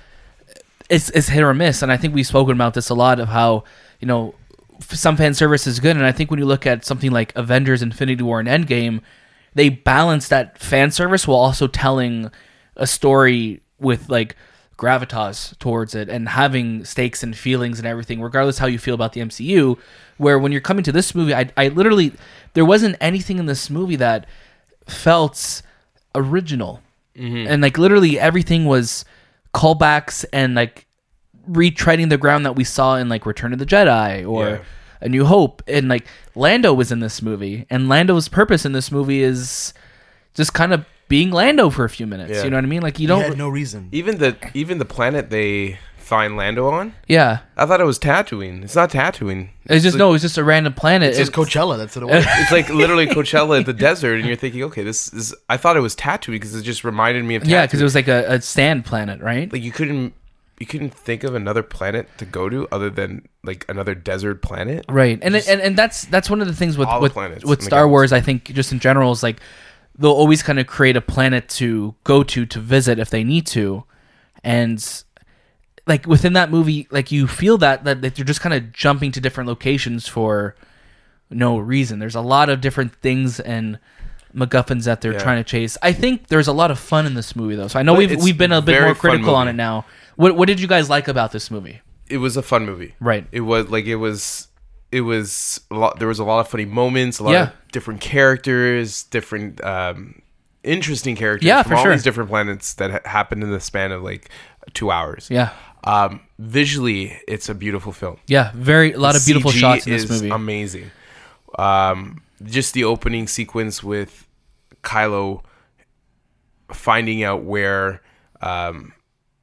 A: is is hit or miss and I think we've spoken about this a lot of how you know f- some fan service is good and I think when you look at something like Avengers Infinity War and Endgame they balance that fan service while also telling a story with like gravitas towards it and having stakes and feelings and everything regardless how you feel about the MCU where when you're coming to this movie I, I literally there wasn't anything in this movie that felt original and like literally everything was callbacks and like retreading the ground that we saw in like return of the jedi or
B: Yeah.
A: a new hope and like lando was in this movie and lando's purpose in this movie is just kind of being lando for a few minutes
B: Yeah.
A: you know what i mean like you
C: he
A: don't
C: had no reason.
B: even the even the planet they find Lando on.
A: yeah
B: I thought it was Tatooine. It's not Tatooine.
A: it's just no it's just a random planet
C: It's just
A: It's-
C: Coachella. That's what it was.
B: It's
A: (laughs)
B: like literally Coachella at the desert, and you're thinking, okay, this is. I thought it was Tatooine because it just reminded me of Tatooine.
A: yeah because it was like a, a sand planet right
B: like you couldn't you couldn't think of another planet to go to other than like another desert planet.
A: right and, and and that's that's one of the things with
B: All the
A: with,
B: planets
A: with
B: in the
A: star wars i think just in general is like they'll always kind of create a planet to go to to visit if they need to and like within that movie like you feel that that, that they're just kind of jumping to different locations for no reason there's a lot of different things and MacGuffins that they're
B: Yeah.
A: trying to chase. I think there's a lot of fun in this movie, though. So I know
B: But
A: we've
B: it's
A: we've been a bit
B: very
A: more
B: fun
A: critical on it
B: movie.
A: now. What what did you guys like about this movie?
B: It was a fun movie.
A: Right.
B: It was like it was it was a lot there was a lot of funny moments, a lot
A: Yeah.
B: of different characters, different um interesting characters
A: Yeah,
B: from
A: for
B: all
A: sure.
B: these different planets that ha- happened in the span of like 2 hours.
A: Yeah,
B: Um visually it's a beautiful film.
A: yeah, very a lot of beautiful
B: CG
A: shots in this
B: is
A: movie.
B: Amazing. Um, just the opening sequence with Kylo finding out where, um,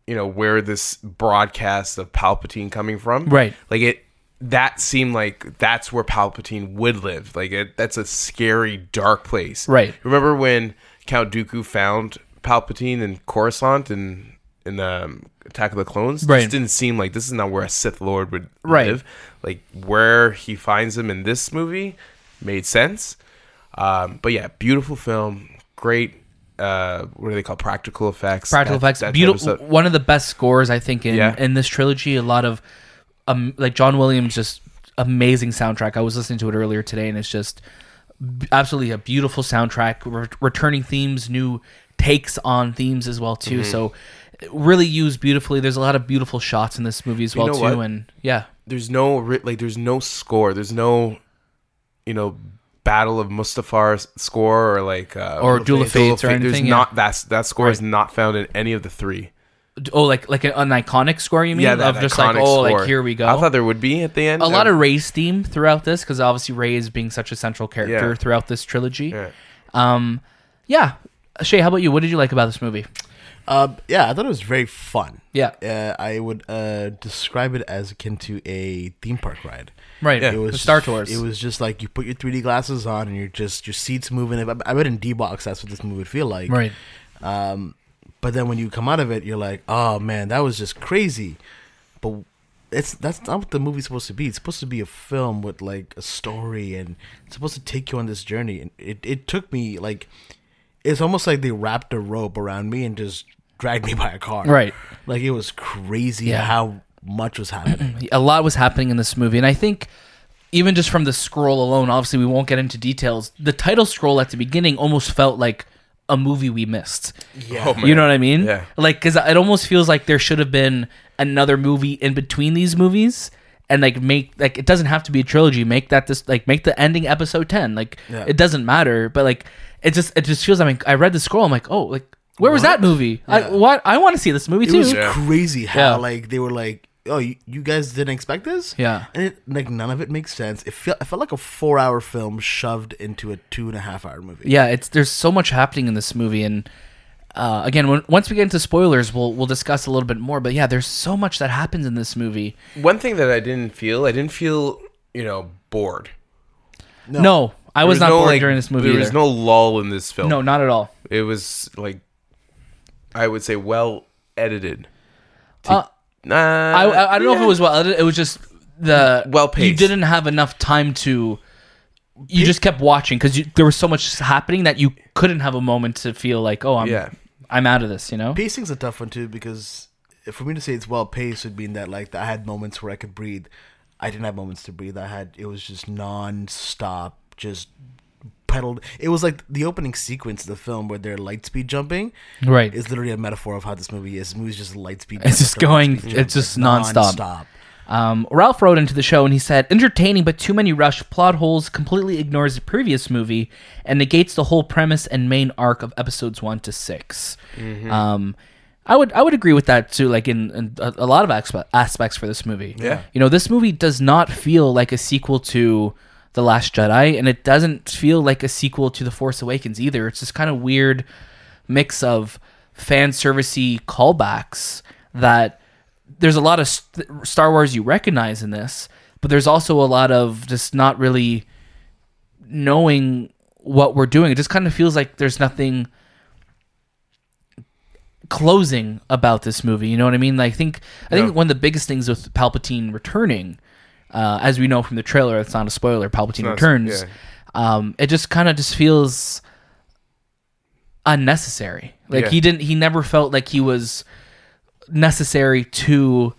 B: you know, where this broadcast of Palpatine coming from.
A: Right.
B: Like it. That seemed like that's where Palpatine would live. Like it, that's a scary, dark place.
A: Right.
B: Remember when Count Dooku found Palpatine and Coruscant and in um, Attack of the Clones?
A: Right.
B: Just didn't seem like this is not where a Sith Lord would
A: Right.
B: live. Like where he finds him in this movie made sense. Um, but yeah, beautiful film, great. Uh, what do they call practical effects?
A: practical
B: that-
A: effects
B: that type of
A: beautiful
B: stuff.
A: one of the best scores i think in
B: Yeah.
A: in this trilogy a lot of um like john williams just amazing soundtrack i was listening to it earlier today and it's just b- absolutely a beautiful soundtrack re- returning themes new takes on themes as well
B: Mm-hmm.
A: too so really used beautifully there's a lot of beautiful shots in this movie as well
B: know
A: too
B: what?
A: and yeah
B: There's no ri- like. There's no score. There's no, you know, Battle of Mustafar s- score or like uh,
A: Or
B: Duel
A: Duel
B: of
A: of Fates or
B: Fate. There's
A: anything, yeah.
B: not that that score is not found in any of the three.
A: D- oh like like an, an iconic score you mean
B: that
A: of just like
B: iconic
A: oh
B: score.
A: like here we go
B: I thought there would be at the end. Um,
A: a lot of Ray's theme throughout this because obviously Ray is being such a central character
B: Yeah.
A: throughout this trilogy.
B: Yeah.
A: Um, yeah. Shay, how about you? What did you like about this movie?
C: Um, yeah, I thought it was very fun.
A: Yeah.
C: uh, I would uh, describe it as akin to a theme park ride.
A: Right.
B: Yeah.
A: It
C: It
A: was
C: was
A: Star Tours.
C: It was just like you put your 3D glasses on and you're just your seats moving. I- I bet in D box that's what this movie would feel like.
A: right.
C: Um, but then when you come out of it, you're like, oh man, that was just crazy. But it's that's not what the movie's supposed to be. It's supposed to be a film with like a story, and it's supposed to take you on this journey. And it it took me like, it's almost like they wrapped a rope around me and just dragged me (laughs) by a car.
A: Right.
C: Like it was crazy
A: Yeah.
C: how much
A: (clears throat)
C: was happening.
A: a lot was happening in this movie and i think even just from the scroll alone obviously we won't get into details the title scroll at the beginning almost felt like a movie we missed
C: yeah.
B: Oh, man.
A: you know what i mean
B: Yeah.
A: like because it almost feels like there should have been another movie in between these movies and like make like it doesn't have to be a trilogy make that this like make the ending episode 10 like
C: Yeah.
A: it doesn't matter but like it just it just feels i mean i read the scroll i'm like oh like where was
C: What?
A: that movie i
C: Yeah.
A: what i want to see this movie
C: It
A: too
C: was
B: Yeah.
C: crazy how
A: Yeah.
C: like they were like, "Oh, you, you guys didn't expect this."
A: Yeah.
C: and it, like none of it makes sense. It felt it felt like a four hour film shoved into a two and a half hour movie.
A: yeah, it's there's so much happening in this movie, and uh, again, when, once we get into spoilers, we'll we'll discuss a little bit more. But yeah, there's so much that happens in this movie.
B: One thing that I didn't feel, I didn't feel, you know, bored.
A: No, I was, not bored during this movie
B: There
A: either.
B: was no lull in this film.
A: no, not at all.
B: it was like, I would say, well edited.
A: Uh,
B: Nah,
A: I, I I don't know if it was well edited. It was just the
B: Well
A: You
B: paced.
A: didn't have enough time to. You just kept watching because there was so much happening that you couldn't have a moment to feel like, oh, I'm
B: Yeah.
A: I'm out of this. You know,
C: pacing's a tough one too because for me to say it's well paced would mean that like I had moments where I could breathe. I didn't have moments to breathe. I had it was just non stop, just pedaled. It was like the opening sequence of the film where they're light speed jumping.
A: right?
C: Is literally a metaphor of how this movie is. This movie's just light speed.
A: It's just going- it's just nonstop. Um, Ralph wrote into the show and he said, entertaining but too many rushed plot holes completely ignores the previous movie and negates the whole premise and main arc of episodes one to 6 Um, I would I would agree with that too. Like in, in a, a lot of aspe- aspects for this movie.
B: Yeah.
A: you know this movie does not feel like a sequel to the Last Jedi, and it doesn't feel like a sequel to the Force Awakens either. It's this kind of weird mix of fan servicey callbacks that there's a lot of st- Star Wars you recognize in this, but there's also a lot of just not really knowing what we're doing. It just kind of feels like there's nothing closing about this movie. You know what I mean? Like, I think I think
B: Yeah.
A: one of the biggest things with Palpatine returning, uh, as we know from the trailer, it's not a spoiler. Palpatine
B: not-
A: returns.
B: yeah.
A: Um, it just kind of just feels unnecessary. Like
B: Yeah.
A: he didn't. He never felt like he was necessary to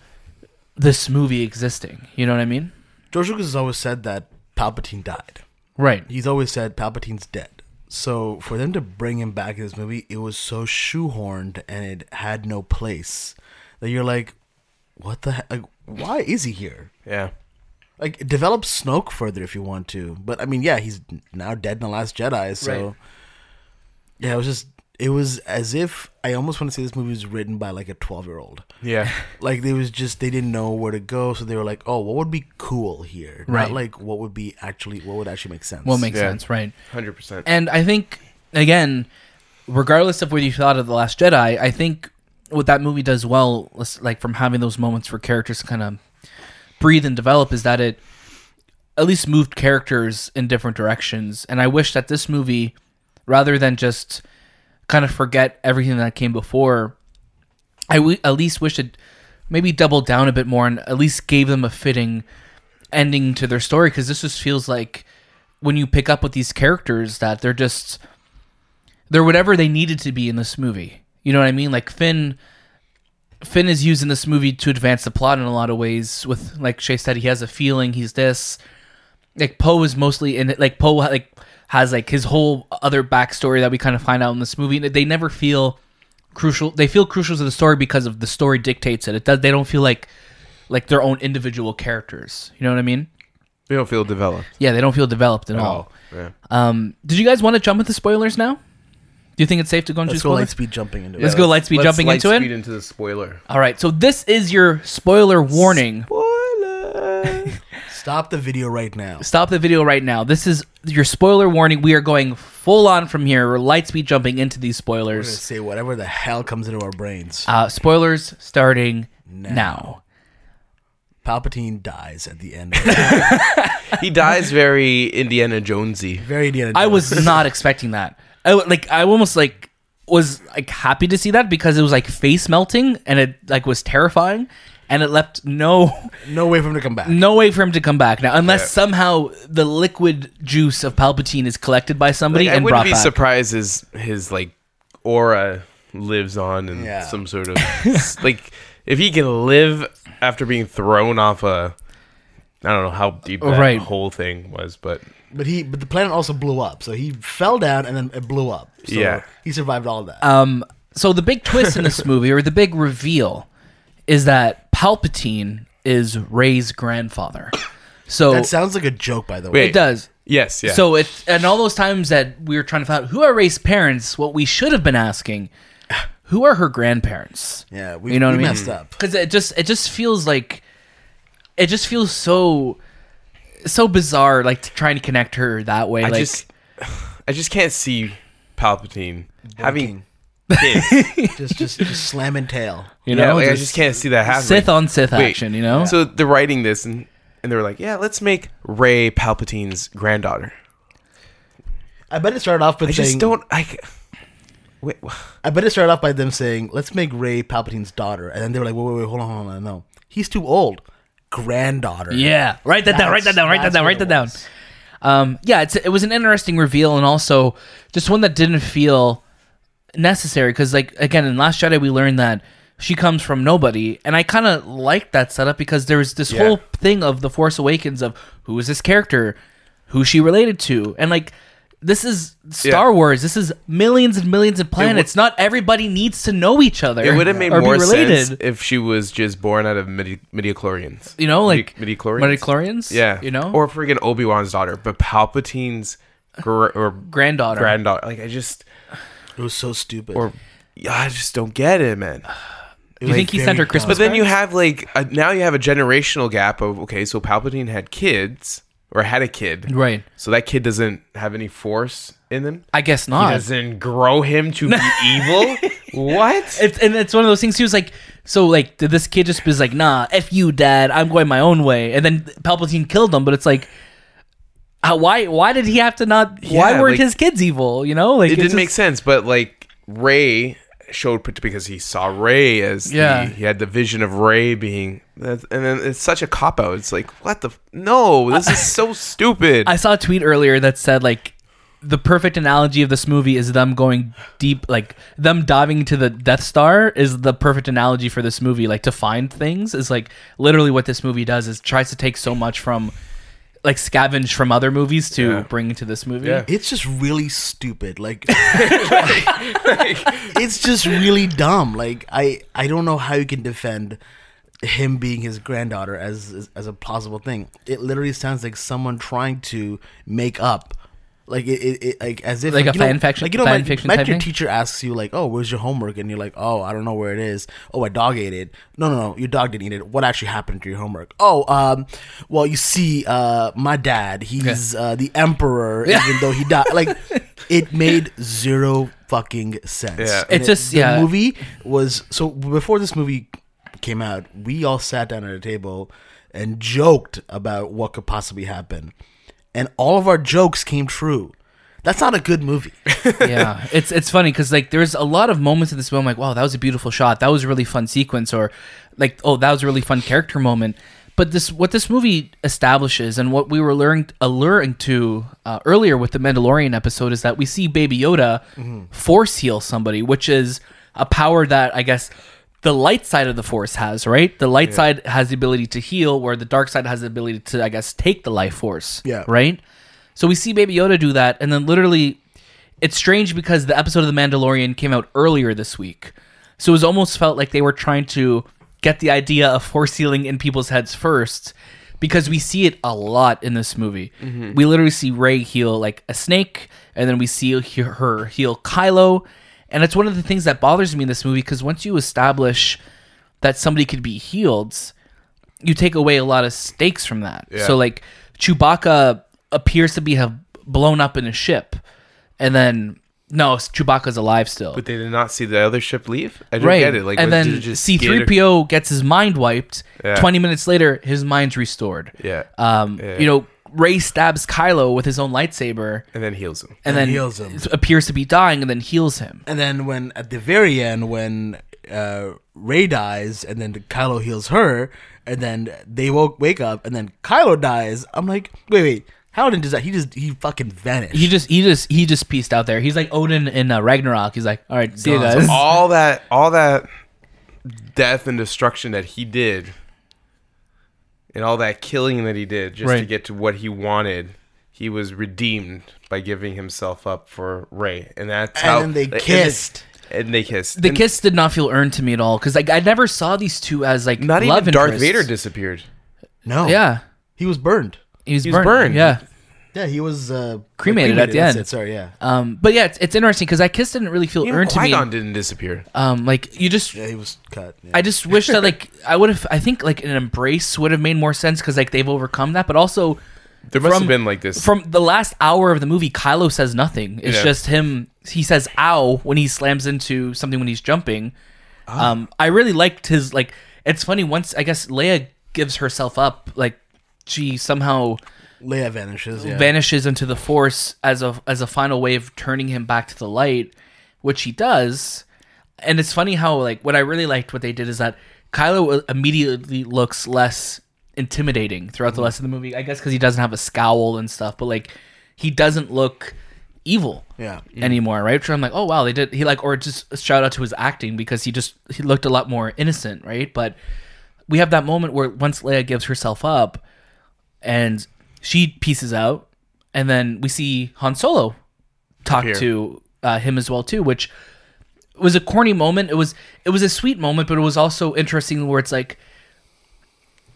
A: this movie existing. You know what I mean?
C: George Lucas has always said that Palpatine died.
A: Right.
C: He's always said Palpatine's dead. So for them to bring him back in this movie, it was so shoehorned and it had no place that you're like, what the heck? Like, why is he here?
B: yeah.
C: Like, develop Snoke further if you want to. But I mean, yeah, he's now dead in The Last Jedi. So
A: Right.
C: yeah, it was just, it was as if I almost want to say this movie was written by like a 12 year old.
B: Yeah.
A: (laughs)
C: like they was just they didn't know where to go, so they were like, "Oh, what would be cool here?"
A: Right.
C: Not like what would be actually what would actually make sense.
A: Well, makes
B: Yeah.
A: sense. Right.
B: 100%.
A: And I think again, regardless of what you thought of the Last Jedi, I think what that movie does well, is, like from having those moments where characters kind of breathe and develop, is that it at least moved characters in different directions. And I wish that this movie, rather than just kind of forget everything that came before, I w- at least wish it maybe doubled down a bit more and at least gave them a fitting ending to their story because this just feels like when you pick up with these characters that they're just they're whatever they needed to be in this movie. You know what I mean? Like Finn Finn is used in this movie to advance the plot in a lot of ways with like Shay said, he has a feeling, he's this. Like Poe is mostly in it like Poe like has like his whole other backstory that we kind of find out in this movie. and They never feel crucial they feel crucial to the story because of the story dictates it. It does they don't feel like like their own individual characters. You know what I mean?
B: we don't feel developed.
A: Yeah, they don't feel developed at all.
B: Yeah.
A: Um, did you guys want to jump into spoilers now? Do you think it's safe to go into
C: Let's go light
A: spoilers?
C: speed jumping into
A: Let's
C: it.
A: go lightspeed
B: Let's
A: jumping
B: light
A: into
B: speed
A: it.
B: into the spoiler.
A: All right, so this is your spoiler warning.
B: Spoiler.
C: (laughs) Stop the video right now.
A: Stop the video right now. This is your spoiler warning. We are going full on from here. We're light speed jumping into these
C: We're gonna
A: spoilers.
C: say whatever the hell comes into our brains.
A: Uh, spoilers starting now.
C: Palpatine dies at the end. Of
B: He dies very Indiana Jonesy.
C: Very Indiana.
A: (laughs) I
C: Jones.
A: was not expecting that. I w- like I almost like was like happy to see that because it was like face melting and it like was terrifying and it left no (laughs)
C: no way for him to come back.
A: no way for him to come back now unless somehow the liquid juice of Palpatine is collected by somebody
B: Like, I
A: and
B: wouldn't
A: brought
B: be
A: back.
B: surprised his his like aura lives on in
C: Yeah.
B: some
A: (laughs)
B: sort of like if he can live after being thrown off a I don't know how deep that
A: Right.
B: whole thing was, but
C: But he, but the planet also blew up. So he fell down and then it blew up. So
B: Yeah.
C: he survived all of that.
A: Um, so the
B: (laughs)
A: big twist in this movie, or the big reveal, is that Palpatine is Ray's grandfather. So
C: that sounds like a joke, by the way.
B: Wait.
A: it does.
B: yes, yeah.
A: So it's and all those times that we were trying to find out who are Ray's parents, what we should have been
B: (sighs)
A: asking, who are her grandparents?
C: Yeah, we,
A: You know what
C: we
A: I mean?
C: messed up.
A: because it just it just feels like it just feels so so bizarre, like trying to connect her that way.
B: I
A: like
B: just I just can't see Palpatine having kids.
C: Just, just, just slamming tail.
A: you
B: yeah,
A: know,
B: like, I
A: just
B: just can't see that happening.
A: Sith on Sith
B: Wait,
A: action. You know,
B: So they're writing this and and they were like, yeah, let's make Ray Palpatine's granddaughter.
C: I bet it started off with
B: I
C: saying.
B: just don't. I c- wait.
C: I bet it started off by them saying, "Let's make Ray Palpatine's daughter," and then they were like, "Wait, wait, wait, hold on, hold on, no, he's too old." Granddaughter.
A: Yeah, write that down. Write that
C: That's-
A: down. Write that
C: that's
A: down.
C: what
A: Write that
C: it
A: down.
C: was.
A: Um, yeah, it's, it was an interesting reveal, and also just one that didn't feel necessary because, like, again, in Last Jedi, we learned that she comes from nobody, and I kind of liked that setup because there was this
B: Yeah.
A: whole thing of the Force Awakens of who is this character, who she related to, and like. This is Star
B: Yeah.
A: Wars. This is millions and millions of planets. Not everybody needs to know each other.
B: It would have made
A: or be
B: more
A: related.
B: sense if she was just born out of midi midichlorians.
A: You know, like
B: midi midichlorians.
A: midichlorians?
B: yeah,
A: you know,
B: or freaking Obi Wan's daughter, but Palpatine's gr- or
A: granddaughter.
B: granddaughter. Like I just,
C: It was so stupid.
B: or yeah, I just don't get it, man.
C: It
A: you
C: was
A: think he
C: very
A: sent her
C: dumb.
A: Christmas
B: But then you have like a, now you have a generational gap of okay, so Palpatine had kids or had a kid,
A: right?
B: So that kid doesn't have any force in him.
A: I guess
B: He
A: not.
B: doesn't grow him to (laughs) be evil. What?
A: It's, and it's one of those things. He was like, so like, did this kid just be like, nah, f you, dad, I'm going my own way, and then Palpatine killed him. But it's like, how, why? Why did he have to not? why
B: Yeah,
A: weren't
B: like-
A: his kids evil? You know, like
B: it didn't make sense, but like Ray showed because he saw Ray as the-
A: Yeah.
B: he had the vision of Ray being that- and then it's such a cop out. It's like what the f- no, this is so stupid.
A: I saw a tweet earlier that said like. The perfect analogy of this movie is them going deep, like them diving into the Death Star is the perfect analogy for this movie. Like to find things is like literally what this movie does is tries to take so much from, like scavenge from other movies to
B: Yeah.
A: bring into this movie.
B: Yeah.
C: It's just really
A: (laughs)
C: stupid. Like, it's just really dumb. Like, I I don't know how you can defend him being his granddaughter as as, as a possible thing. It literally sounds like someone trying to make up. Like it, it, it like as if
A: Like a
C: you know-
A: fan fiction-
C: like you know,
A: fan
C: like,
A: fiction
C: imagine
A: type
C: your
A: thing?
C: teacher asks you like, "Oh, where's your homework?" and you're like, "Oh, I don't know where it is. Oh, my dog ate it. No, no, no, your dog didn't eat it. What actually happened to your homework? Oh, um, well, you see, uh, my dad, he's uh, the emperor, even though he died. Like, it made zero fucking sense.
B: Yeah.
C: And
A: It's
C: it-
A: just-
C: the
A: yeah.
C: movie was so before this movie came out, we all sat down at a table and joked about what could possibly happen, and all of our jokes came true. That's not a good movie.
A: yeah, it's it's funny because like there's a lot of moments in this film like wow that was a beautiful shot that was a really fun sequence or like oh that was a really fun character moment. But this what this movie establishes and what we were luring, alluring to uh, earlier with the Mandalorian episode is that we see Baby Yoda force heal somebody, which is a power that I guess the light side of the force has. Right, the light side has the ability to heal, where the dark side has the ability to I guess take the life force.
C: Yeah.
A: right. So we see Baby Yoda do that, and then literally it's strange because the episode of The Mandalorian came out earlier this week. So it was almost felt like they were trying to get the idea of force healing in people's heads first because we see it a lot in this movie. We literally see Rey heal like a snake, and then we see he- her heal Kylo. And it's one of the things that bothers me in this movie because once you establish that somebody could be healed, you take away a lot of stakes from that.
B: Yeah.
A: So like Chewbacca appears to be have blown up in a ship, and then no, Chewbacca's alive still.
B: But they did not see the other ship leave. I don't
A: right.
B: get it. Like,
A: and
B: was-
A: then
B: did it just
A: C three PO gets his mind wiped.
B: Yeah.
A: Twenty minutes later, his mind's restored.
B: Yeah.
A: Um,
B: Yeah.
A: you know, Ray stabs Kylo with his own lightsaber,
B: and then heals him.
A: and,
C: And
A: then
C: heals him.
A: appears to be dying, and then heals him.
C: And then when at the very end, when uh, Ray dies, and then Kylo heals her, and then they woke wake up, and then Kylo dies. I'm like, wait, wait, how did he that? He just he fucking vanished.
A: He just, he just, he just pieced out there. He's like Odin in uh, Ragnarok. He's like, all right, see you
C: Gone. So
A: guys.
B: all that, all that death and destruction that he did, and all that killing that he did just to
A: Right.
B: get to what he wanted, he was redeemed by giving himself up for Ray, and that's
C: And
B: how
C: then they
B: like, and
C: kissed.
B: And they kissed.
A: The
B: And
A: kiss did not feel earned to me at all because like I never saw these two as like
B: Not
A: love
B: even Darth
A: interests.
B: Vader disappeared.
C: no,
A: Yeah,
C: he was burned.
A: he was,
B: He was
A: burned.
B: burned.
A: Yeah,
C: Yeah, he was uh,
A: Cremated at the
C: that's
A: end.
C: it, sorry, yeah,
A: um, but yeah, it's, it's interesting because that kiss didn't really feel
B: Even
A: earned to
B: Qui
A: me.
B: Gon didn't disappear.
A: Um, like you just
C: yeah, he was cut. yeah.
A: I just wish that
B: (laughs)
A: like I would have. I think like an embrace would have made more sense because like they've overcome that. But also
B: There must
A: from-
B: have been like this.
A: from the last hour of the movie, Kylo says nothing. It's
B: Yeah.
A: just him. He says "ow" when he slams into something when he's jumping.
B: Ah.
A: Um, I really liked his like. It's funny once I guess Leia gives herself up. Like she somehow
C: Leia vanishes. Yeah.
A: vanishes into the Force as a as a final way of turning him back to the light, which he does. And it's funny how like what I really liked what they did is that Kylo immediately looks less intimidating throughout the rest of the movie. I guess because he doesn't have a scowl and stuff, but like he doesn't look evil
C: yeah.
A: anymore, right? So I'm like, oh wow, they did. He like, or just a shout out to his acting because he just he looked a lot more innocent, right? But we have that moment where once Leia gives herself up, and she pieces out, and then we see Han Solo talk
B: Appear.
A: to uh, him as well too, which was a corny moment. It was it was a sweet moment, but it was also interesting where it's like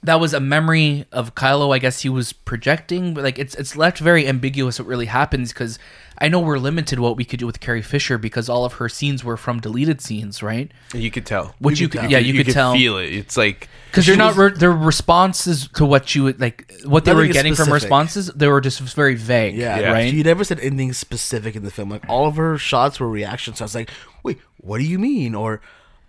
A: that was a memory of Kylo. I guess he was projecting, but like it's it's left very ambiguous what really happens because I know we're limited what we could do with Carrie Fisher because all of her scenes were from deleted scenes, right?
B: you could tell.
A: Which you, could, yeah, you, could, tell
B: feel it. It's like
A: because they're
B: she
A: not
B: was-
A: re- their responses to what you would like what they
C: Nothing
A: were
C: is
A: getting from
C: specific.
A: responses. They were just very vague,
C: Yeah,
B: Yeah.
A: right.
C: She never said anything specific in the film. Like all of her shots were reactions. So I was like, "Wait, what do you mean?" Or,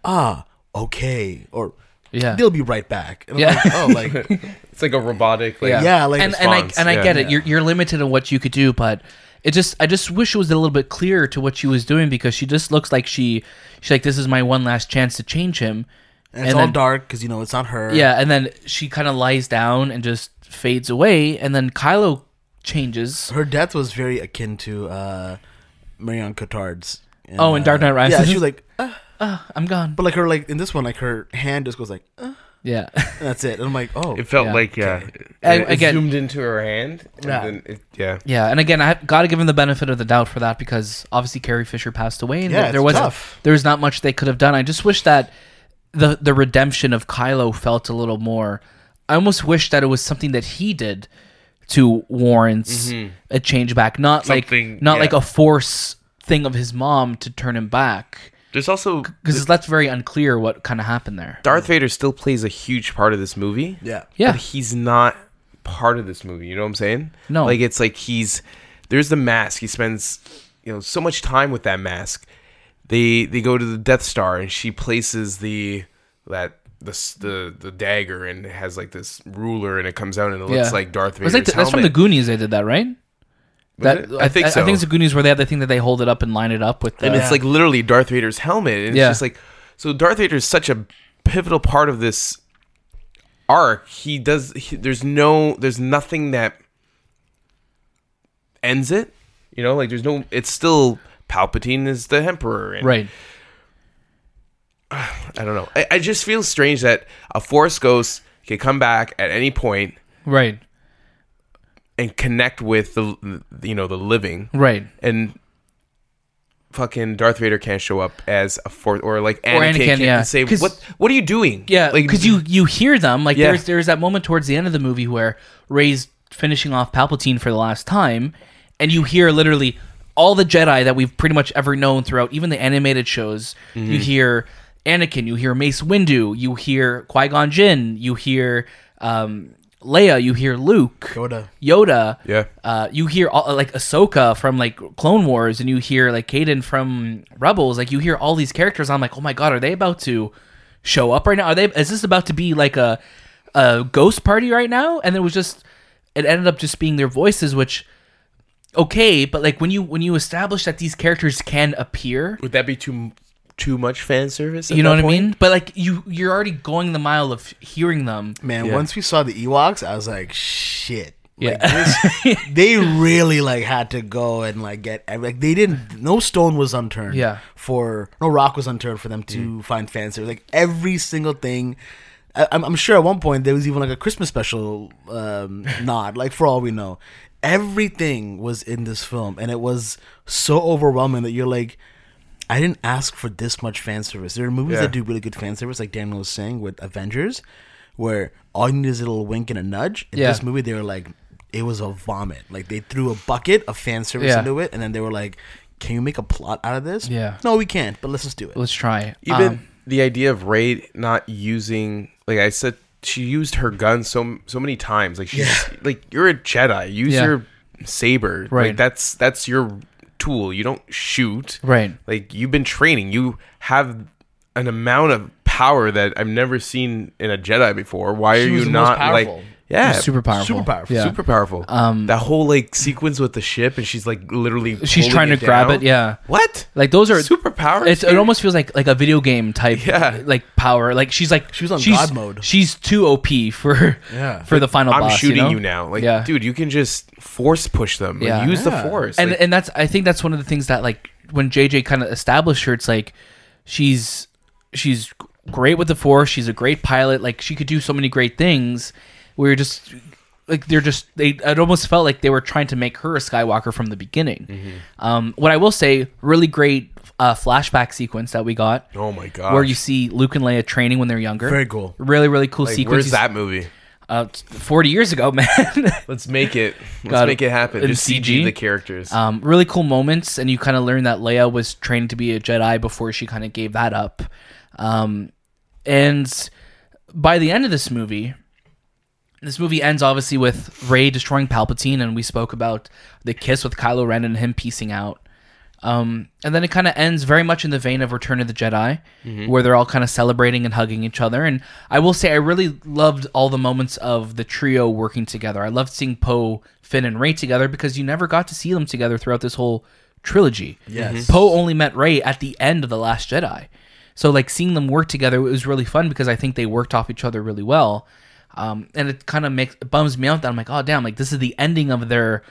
C: "Ah, okay." Or,
A: Yeah.
C: they'll be right back." And I'm
A: Yeah. (laughs)
C: like, oh, like
B: It's like a robotic. Like,
A: yeah,
C: Yeah, like
A: and, and I
B: response,
A: and I
B: yeah.
A: get it. You're you're limited on what you could do, but it just I just wish it was a little bit clearer to what she was doing because she just looks like she she's like this is my one last chance to change him,
C: and it's all dark because you know it's not her.
A: yeah, and then she kind of lies down and just fades away, and then Kylo changes.
C: her death was very akin to uh, Marion Cotard's. in,
A: Oh, in Dark Knight Rises.
C: Yeah, she was like, "Ah,"
A: I'm gone.
C: but like her like in this one, like her hand just goes like, "Ah,"
A: Yeah, (laughs)
C: and that's it. And I'm like, oh,
B: It felt
A: Yeah.
B: like yeah.
A: And
B: It
A: again-
B: zoomed into her hand. And
C: Yeah.
B: Then it, yeah.
A: yeah, and again, I got to give him the benefit of the doubt for that because obviously Carrie Fisher passed away, and
C: Yeah,
A: there
C: it's
A: was
C: tough.
A: there was not much they could have done. I just wish that the the redemption of Kylo felt a little more. I almost wish that it was something that he did to warrant a change back, not
B: Mm-hmm. Something-
A: like not
B: yeah.
A: like a force thing of his mom to turn him back
B: There's also
A: because that's very unclear what kind of happened there.
B: Darth Vader still plays a huge part of this movie.
C: yeah,
A: Yeah.
B: But he's not part of this movie. You know what I'm saying?
A: No.
B: Like it's like he's there's the mask. He spends you know so much time with that mask. They they go to the Death Star and she places the that the s- the, the dagger and it has like this ruler and it comes out and it looks like Darth
A: It
B: Vader's
A: was like the- that's from the
B: helmet.
A: Goonies. They did that, right? That
B: it? I think
A: I think it's
B: so.
A: the Goonies where they have the thing that they hold it up and line it up with. The,
B: and it's like literally Darth Vader's helmet. And
A: Yeah.
B: it's just like so Darth Vader is such a pivotal part of this arc. He does he, there's no there's nothing that ends it. You know, like there's no it's still Palpatine is the emperor. (laughs) And
A: right.
B: I don't know. I, I just feel strange that a force ghost can come back at any point
A: Right.
B: and connect with the you know the living
A: Right.
B: and fucking Darth Vader can't show up as a fourth or like Anakin,
A: Anakin,
B: can't
A: yeah.
B: say
A: 'Cause-
B: what what are you doing?
A: Yeah,
B: like
A: because you you hear them. Like
B: Yeah.
A: there's there's that moment towards the end of the movie where Ray's finishing off Palpatine for the last time, and you hear literally all the Jedi that we've pretty much ever known throughout even the animated shows. You hear Anakin, you hear Mace Windu, you hear Qui Gon Jinn, you hear um, Leia, you hear Luke,
C: Yoda.
A: Yoda,
B: Yeah.
A: uh, you hear all, like Ahsoka from like Clone Wars, and you hear like Kaden from Rebels. Like you hear all these characters. I'm like, oh my god, are they about to show up right now? Are they? Is this about to be like a a ghost party right now? And it was just it ended up just being their voices, which okay, but like when you when you establish that these characters can appear,
B: Would that be too too much fan service?
A: you know what I mean? But like you you're already going the mile of hearing them.
C: Man,
B: Yeah.
C: once we saw the Ewoks, I was like, shit. Like,
A: Yeah.
C: this, (laughs) they really like had to go and like get every- like they didn't. No stone was unturned.
A: Yeah.
C: For no rock was unturned for them to find fans. There was like every single thing. I, I'm, I'm sure at one point there was even like a Christmas special um, nod. Like for all we know, everything was in this film, and it was so overwhelming that you're like. I didn't ask for this much fan service. There are movies
B: Yeah.
C: that do really good fan service, like Daniel was saying with Avengers, where all you need is a little wink and a nudge. In
A: Yeah.
C: this movie, they were like, it was a vomit. Like they threw a bucket of fan service
A: Yeah.
C: into it, and then they were like, "Can you make a plot out of this?"
A: Yeah.
C: No, we can't. But let's just do it.
A: Let's try
B: Even
A: Um,
B: the idea of Ray not using, like I said, she used her gun so so many times. Like she's like you're a Jedi. Use
A: Yeah.
B: your saber.
A: Right.
B: Like that's that's your tool. You don't shoot.
A: Right.
B: Like you've been training. You have an amount of power that I've never seen in a Jedi before. Why
C: She
B: are
C: was
B: you
C: the most
B: not like
C: powerful.
B: yeah
A: Um, super powerful.
C: super powerful.
A: Yeah.
B: super powerful. Um, that whole like sequence with the ship, and she's like literally
A: She's
B: holding
A: trying to grab
B: down.
A: it, yeah.
B: What?
A: Like those are
B: Superpowers,
A: It's, it
B: dude.
A: almost feels like like a video game type,
B: Yeah.
A: like power. Like she's like
C: She was on
A: she's,
C: God mode.
A: She's too OP for
C: Yeah.
A: for the final.
B: I'm
A: boss,
B: shooting you,
A: you, know?
B: now. Like,
A: Yeah.
B: dude, you can just force push them. Like,
A: Yeah.
B: use
C: Yeah.
B: the force.
A: and
B: Like,
A: and that's I think that's one of the things that like when JJ kind of established her, it's like she's she's great with the force. She's a great pilot. Like she could do so many great things. We are just like they're just they. It almost felt like they were trying to make her a Skywalker from the beginning.
B: Mm-hmm.
A: Um, what I will say, really great uh, flashback sequence that we got.
B: oh my god,
A: where you see Luke and Leia training when they're younger.
C: Very cool.
A: Really, really cool
B: like,
A: sequence.
B: where's that movie?
A: Uh, it's 40 years ago, (laughs) man.
B: Let's make it. Let's
A: God,
B: make it happen.
A: in
B: Just CG,
A: CG?
B: the characters.
A: um, really cool moments, and you kind of learn that Leia was trained to be a Jedi before she kind of gave that up. Um, and by the end of this movie, this movie ends obviously with Rey destroying Palpatine, and we spoke about the kiss with Kylo Ren and him piecing out. Um, and then it kind of ends very much in the vein of Return of the Jedi, where they're all kind of celebrating and hugging each other. And I will say, I really loved all the moments of the trio working together. I loved seeing Poe, Finn, and Ray together because you never got to see them together throughout this whole trilogy.
C: Yes.
A: Poe only met Ray at the end of The Last Jedi. So, like, seeing them work together it was really fun because I think they worked off each other really well. Um, and it kind of makes it bums me out that I'm like, oh, damn, like, this is the ending of their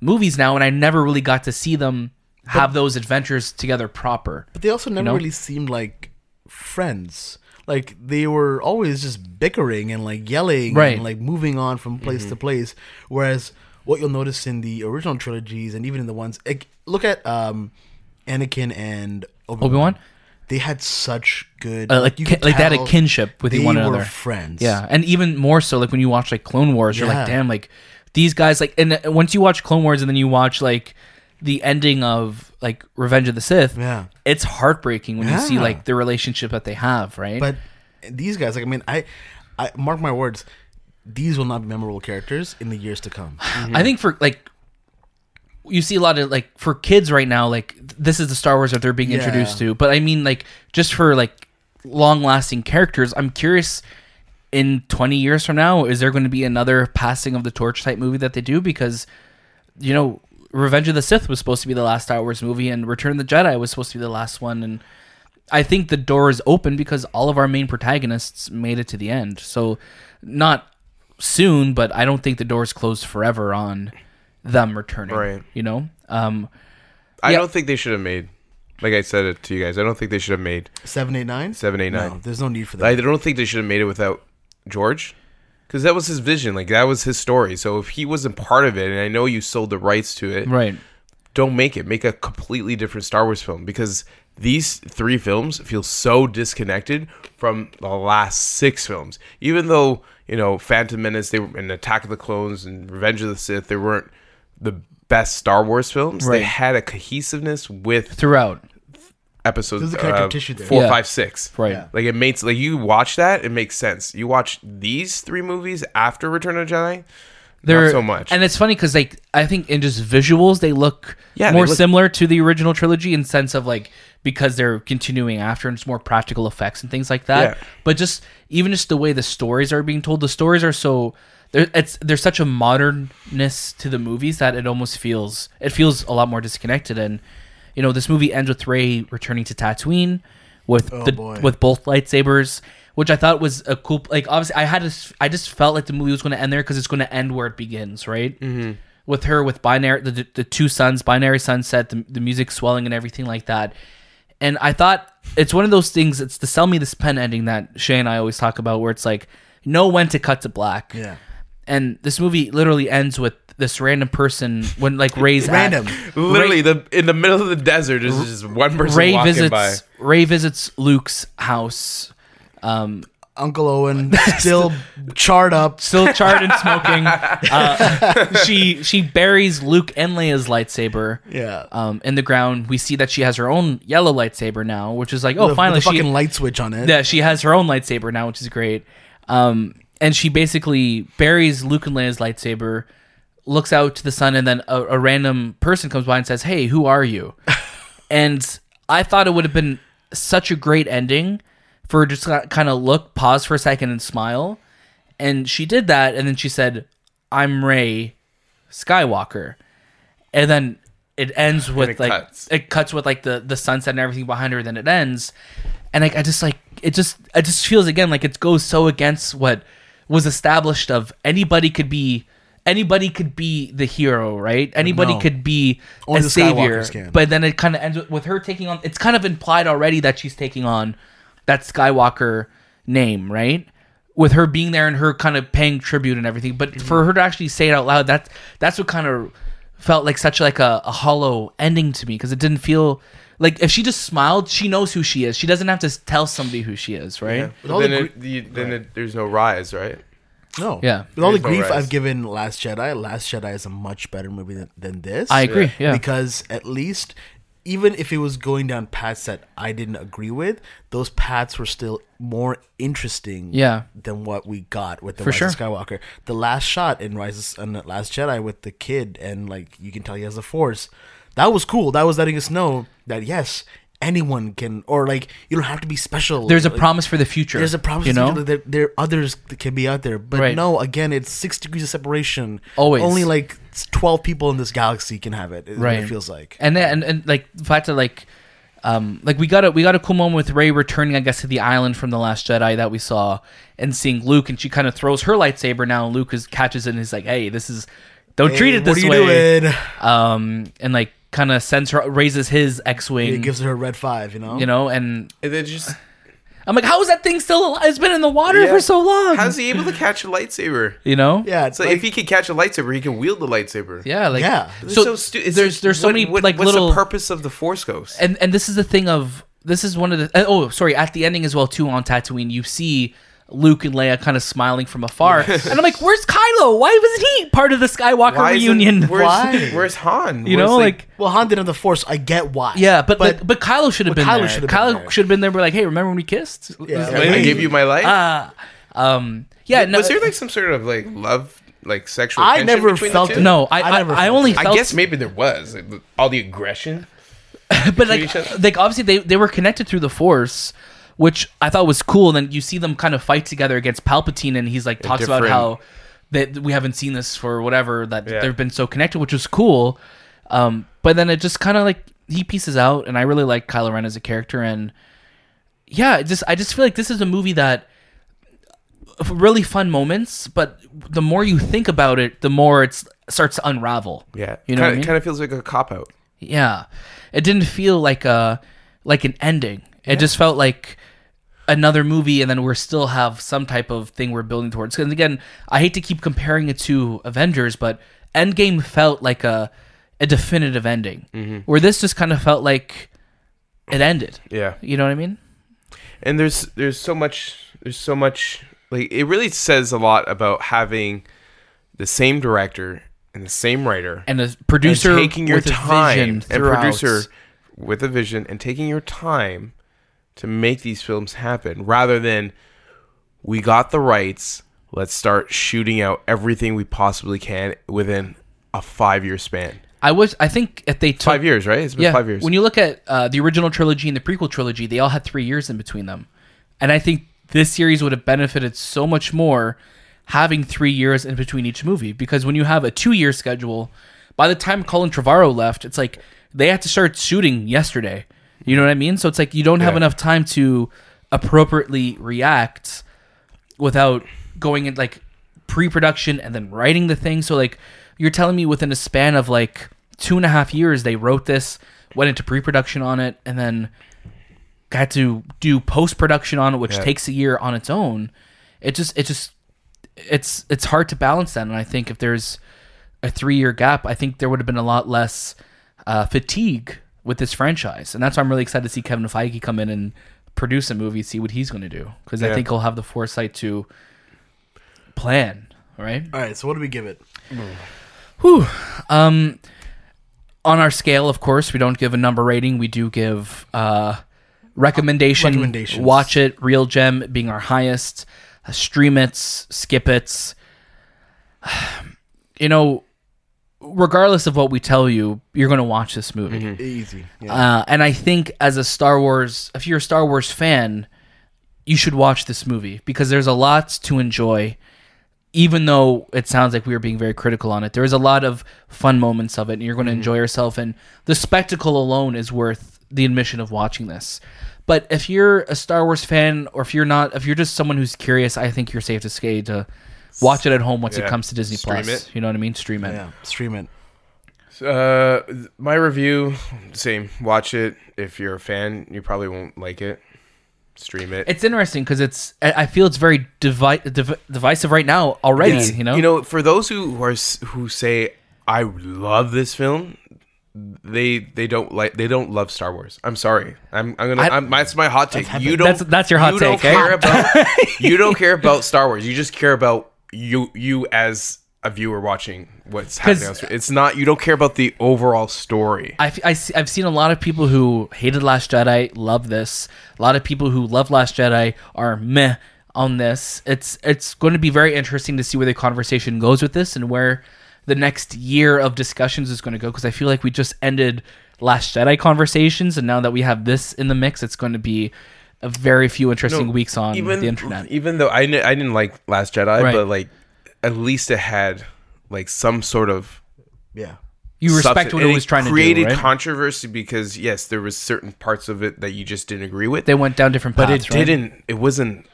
A: movies now. And I never really got to see them have those adventures together proper.
C: But they also never
A: know?
C: really seemed like friends. Like they were always just bickering and like yelling
A: Right. Mm-hmm.
C: and like moving on from place to place. Whereas what you'll notice in the original trilogies and even in the ones like, look at um Anakin and Obi
A: Obi-Wan?
C: They had such good
A: Uh, like,
C: you
A: ki-
C: could
A: like they had a
C: tell
A: kinship with
C: they
A: one
C: were
A: another.
C: friends.
A: Yeah, and even more so, like when you watch like Clone Wars, you're like,
C: Yeah.
A: damn, like these guys, like, and uh, once you watch Clone Wars and then you watch like the ending of like Revenge of the Sith,
C: Yeah.
A: it's heartbreaking when you see
C: Yeah.
A: like the relationship that they have, right?
C: But these guys, like I mean, I, I mark my words, these will not be memorable characters in the years to come.
A: I think for like. You see a lot of like for kids right now, like th- this is the Star Wars that they're being introduced
C: Yeah.
A: to. But I mean, like just for like long-lasting characters, I'm curious. In 20 years from now, is there going to be another passing of the torch type movie that they do? Because you know, Revenge of the Sith was supposed to be the last Star Wars movie, and Return of the Jedi was supposed to be the last one. And I think the door is open because all of our main protagonists made it to the end. So, not soon, but I don't think the door is closed forever on them returning.
B: Right.
A: You know? Um,
B: I
A: yeah.
B: don't think they should have made. Like I said it to you guys, I don't think they should have made.
C: Seven eight nine.
B: Seven, eight,
C: No,
B: nine.
C: there's no need for that.
B: I don't think they should have made it without George, because that was his vision. Like that was his story. So if he wasn't part of it, and I know you sold the rights to it,
A: right.
B: don't make it. Make a completely different Star Wars film because these three films feel so disconnected from the last six films. Even though you know Phantom Menace, they were and Attack of the Clones and Revenge of the Sith, they weren't the best Star Wars films.
A: Right.
B: They had a cohesiveness with
A: Throughout.
B: episode
C: There's a connective
B: uh,
C: tissue there.
B: four,
A: Yeah.
B: five, six.
A: Right.
C: Yeah.
B: Like it makes like you watch that, it makes sense. You watch these three movies after Return of the Jedi, not so much.
A: And it's funny because like I think in just visuals they look
B: Yeah, they
A: more
B: look-
A: similar to the original trilogy in sense of like because they're continuing after and it's more practical effects and things like that.
B: Yeah.
A: But just even just the way the stories are being told, the stories are so there it's there's such a modernness to the movies that it almost feels it feels a lot more disconnected and you know this movie ends with Ray returning to Tatooine with
B: Oh,
A: the
C: boy.
A: with both lightsabers, which I thought was a cool. Like obviously, I had this, I just felt like the movie was going to end there because it's going to end where it begins, right? Mm-hmm. With her, with binary, the, the two suns, binary sunset, the, the music swelling and everything like that. And I thought it's one of those things. It's the sell me this pen ending that Shay and I always talk about, where it's like know when to cut to black.
C: Yeah.
A: And this movie literally ends with this random person when like Ray's at-
C: Random.
B: Literally, the in the middle of the desert is just one person
A: Ray
B: walking
A: visits
B: by.
A: Ray visits Luke's house.
C: Uncle Owen still charred up.
A: still charred and
C: (laughs)
A: smoking. Uh, she she buries Luke and Leia's lightsaber
C: Yeah.
A: um, in the ground. We see that she has her own yellow lightsaber now, which is like, oh,
C: With- with
A: finally
C: the fucking
A: she
C: light switch on it.
A: yeah she has her own lightsaber now, which is great. Um, and she basically buries Luke and Leia's lightsaber, looks out to the sun, and then a, a random person comes by and says, "Hey, who are
B: (laughs)
A: you?" and I thought it would have been such a great ending for her just to kind of look, pause for a second, and smile. And she did that, and then she said, "I'm Ray Skywalker," and then it ends with
B: it
A: like
B: cuts.
A: it cuts with like the the sunset and everything behind her. Then it ends, and like I just like it just it just feels again like it goes so against what was established of anybody could be anybody could be the hero, right? Anybody
C: No.
A: could be
C: Only
A: a
C: the
A: savior.
C: Skywalkers can.
A: But then it kind of ends with, with her taking on. It's kind of implied already that she's taking on that Skywalker name, right? With her being there and her kind of paying tribute and everything. But
C: Mm-hmm.
A: for her to actually say it out loud, that's that's what kind of felt like such like a, a hollow ending to me because it didn't feel like if she just smiled, she knows who she is. She doesn't have to s- tell somebody who she is, right?
C: all
B: then
C: the
B: it, you, then it, there's no rise, right?
C: No.
A: Yeah.
C: With all the
B: There's no
C: grief
B: rise.
C: I've given Last Jedi, Last Jedi is a much better movie than, than this.
A: I agree. Yeah.
C: Because at least, even if it was going down paths that I didn't agree with, those paths were still more interesting
A: Yeah.
C: than what we got with the
A: For
C: Rise of Skywalker. The last shot in Rise of, in Last Jedi with the kid, and like you can tell he has the Force. That was cool. That was letting us know that yes, anyone can, or like you don't have to be special.
A: There's a
C: Like,
A: promise for the future.
C: there's a promise
A: you know.
C: that there, there are others that can be out there, but
A: Right.
C: no. Again, it's six degrees of separation.
A: Always.
C: only like twelve people in this galaxy can have it. is what
A: right
C: it feels like.
A: and then and, and like the fact that like um like we got a we got a cool moment with ray returning i guess to the island from the last jedi that we saw and seeing luke and she kind of throws her lightsaber now and luke is, catches it and he's like hey this is don't treat it
C: Hey, what
A: this
C: are
A: way
C: you doing?
A: um and like kind of sends her raises his
C: It
A: x-wing
C: gives her a red five. You know.
A: you know and
B: And
A: (laughs)
B: then just
A: i'm like how is that thing still alive? it's been in the water
B: Yeah.
A: for so long
B: how's he able to catch a lightsaber?
A: you know
C: Yeah. It's
B: So
C: like-
B: if he can catch a lightsaber, he can wield the lightsaber.
A: yeah like
C: Yeah.
B: It's
A: so,
B: so stu- it's-
A: there's there's so
B: what-
A: many
B: what-
A: like
B: what's
A: little
B: the purpose of the Force Ghost?
A: and and this is the thing of this is one of the uh, oh sorry at the ending as well too on Tatooine you see Luke and Leia kind of smiling from afar and I'm like where's Kylo why wasn't he part of the Skywalker
B: isn't-
A: reunion
B: where's,
C: Why?
B: Where's Han?
A: you
B: Where's,
A: know like,
C: well, Han didn't have the force. I get why.
A: yeah but but, but Kylo should have been
C: Kylo
A: there
C: should have been
A: Kylo
C: there.
A: should have been there but like hey remember when we kissed
C: Yeah.
B: like, I gave you my life.
A: Ah, um yeah no
B: Was there like some sort of like love, like sexual?
C: I
B: tension
C: never
B: between the
C: felt
B: two?
C: it.
A: no I
C: I
A: I,
C: never
A: I
C: felt
A: only
C: it.
A: felt
B: I guess maybe there was like, all the aggression.
A: (laughs) but
B: each other.
A: like, like obviously they, they were connected through the force which i thought was cool and then you see them kind of fight together against palpatine and he's like talks about
B: different-
A: how that we haven't seen this for whatever that
B: Yeah.
A: they've been so connected which was cool um, but then it just kind of like he pieces out and i really like kylo ren as a character and yeah it just i just feel like this is a movie that really fun moments but the more you think about it the more it starts to unravel
B: Yeah,
A: you know
B: Kinda-
A: what I mean?
B: Kind of feels like a cop out.
A: Yeah, it didn't feel like a like an ending. It just felt like another movie, and then we're still have some type of thing we're building towards. And again, I hate to keep comparing it to Avengers, but Endgame felt like a a definitive ending,
B: Mm-hmm.
A: where this just kind of felt like it ended.
B: Yeah,
A: You know what I mean?
B: and there's there's so much there's so much like it really says a lot about having the same director and the same writer
A: And a producer
B: taking your
A: with a
B: time
A: vision
B: and
A: throughout.
B: producer with a vision and taking your time to make these films happen rather than we got the rights, let's start shooting out everything we possibly can within a five year span.
A: I was. I think if they took
B: Five years, right? It's been five years.
A: When you look at uh, the original trilogy and the prequel trilogy, they all had three years in between them, and I think this series would have benefited so much more having three years in between each movie because when you have a two-year schedule, by the time Colin Trevorrow left, it's like they had to start shooting yesterday. You know what I mean? So it's like you don't have
B: Yeah.
A: enough time to appropriately react without going in like pre-production and then writing the thing. So like you're telling me within a span of like two and a half years they wrote this, went into pre-production on it, and then had to do post-production on it, which
B: Yeah.
A: takes a year on its own. It just it just it's it's hard to balance that, and I think if there's a three-year gap, I think there would have been a lot less uh, fatigue with this franchise, and that's why I'm really excited to see Kevin Feige come in and produce a movie, see what he's going to do, because I
B: Yeah.
A: think he'll have the foresight to plan, right?
C: All right, so what do we give it?
A: Whew. Um, on our scale, of course, we don't give a number rating. We do give uh, recommendation.
C: Recommendations.
A: Watch it, real gem being our highest. Uh, stream it, skip it. (sighs) You know, regardless of what we tell you, you're going to watch this movie.
C: Easy. Yeah.
A: Uh, and I think as a Star Wars, if you're a Star Wars fan, you should watch this movie because there's a lot to enjoy. Even though it sounds like we were being very critical on it, there is a lot of fun moments of it, and you're going to
B: Mm-hmm.
A: enjoy yourself. And the spectacle alone is worth the admission of watching this. But if you're a Star Wars fan, or if you're not, if you're just someone who's curious, I think you're safe to say to watch it at home once it
B: Yeah.
A: comes to Disney
B: Stream
A: Plus.
B: it.
A: You know what I mean? Stream it.
C: yeah. Stream it.
B: Uh, my review, same. Watch it. If you're a fan, you probably won't like it. Stream it.
A: It's interesting because it's. I I feel it's very divi- div- divisive right now already.
B: It's-
A: you know.
B: you know, for those who who are s- who say I love this film, they they don't like they don't love Star Wars. I'm sorry. I'm I'm gonna.
A: I-
B: I'm, that's my hot take. You don't.
A: That's- that's your hot
B: you
A: take,
B: Don't
A: eh?
B: care
A: (laughs)
B: about, you don't care about Star Wars. You just care about you you as a viewer watching what's happening. on screen. It's not. You don't care about the overall story.
A: I, f- I see, I've seen a lot of people who hated Last Jedi love this. A lot of people who love Last Jedi are meh on this. It's it's going to be very interesting to see where the conversation goes with this and where the next year of discussions is going to go because I feel like we just ended Last Jedi conversations and now that we have this in the mix, it's going to be a very few interesting
B: No,
A: weeks on the internet.
B: Even though I, kn- I didn't like Last Jedi,
A: Right.
B: but like at least it had like some sort of
C: Yeah.
A: You respect
B: substance.
A: what it
B: And
A: was trying to do.
B: Created
A: right?
B: controversy because yes, there was certain parts of it that you just didn't agree with,
A: they went down different
B: but
A: paths.
B: it
A: right?
B: didn't. It wasn't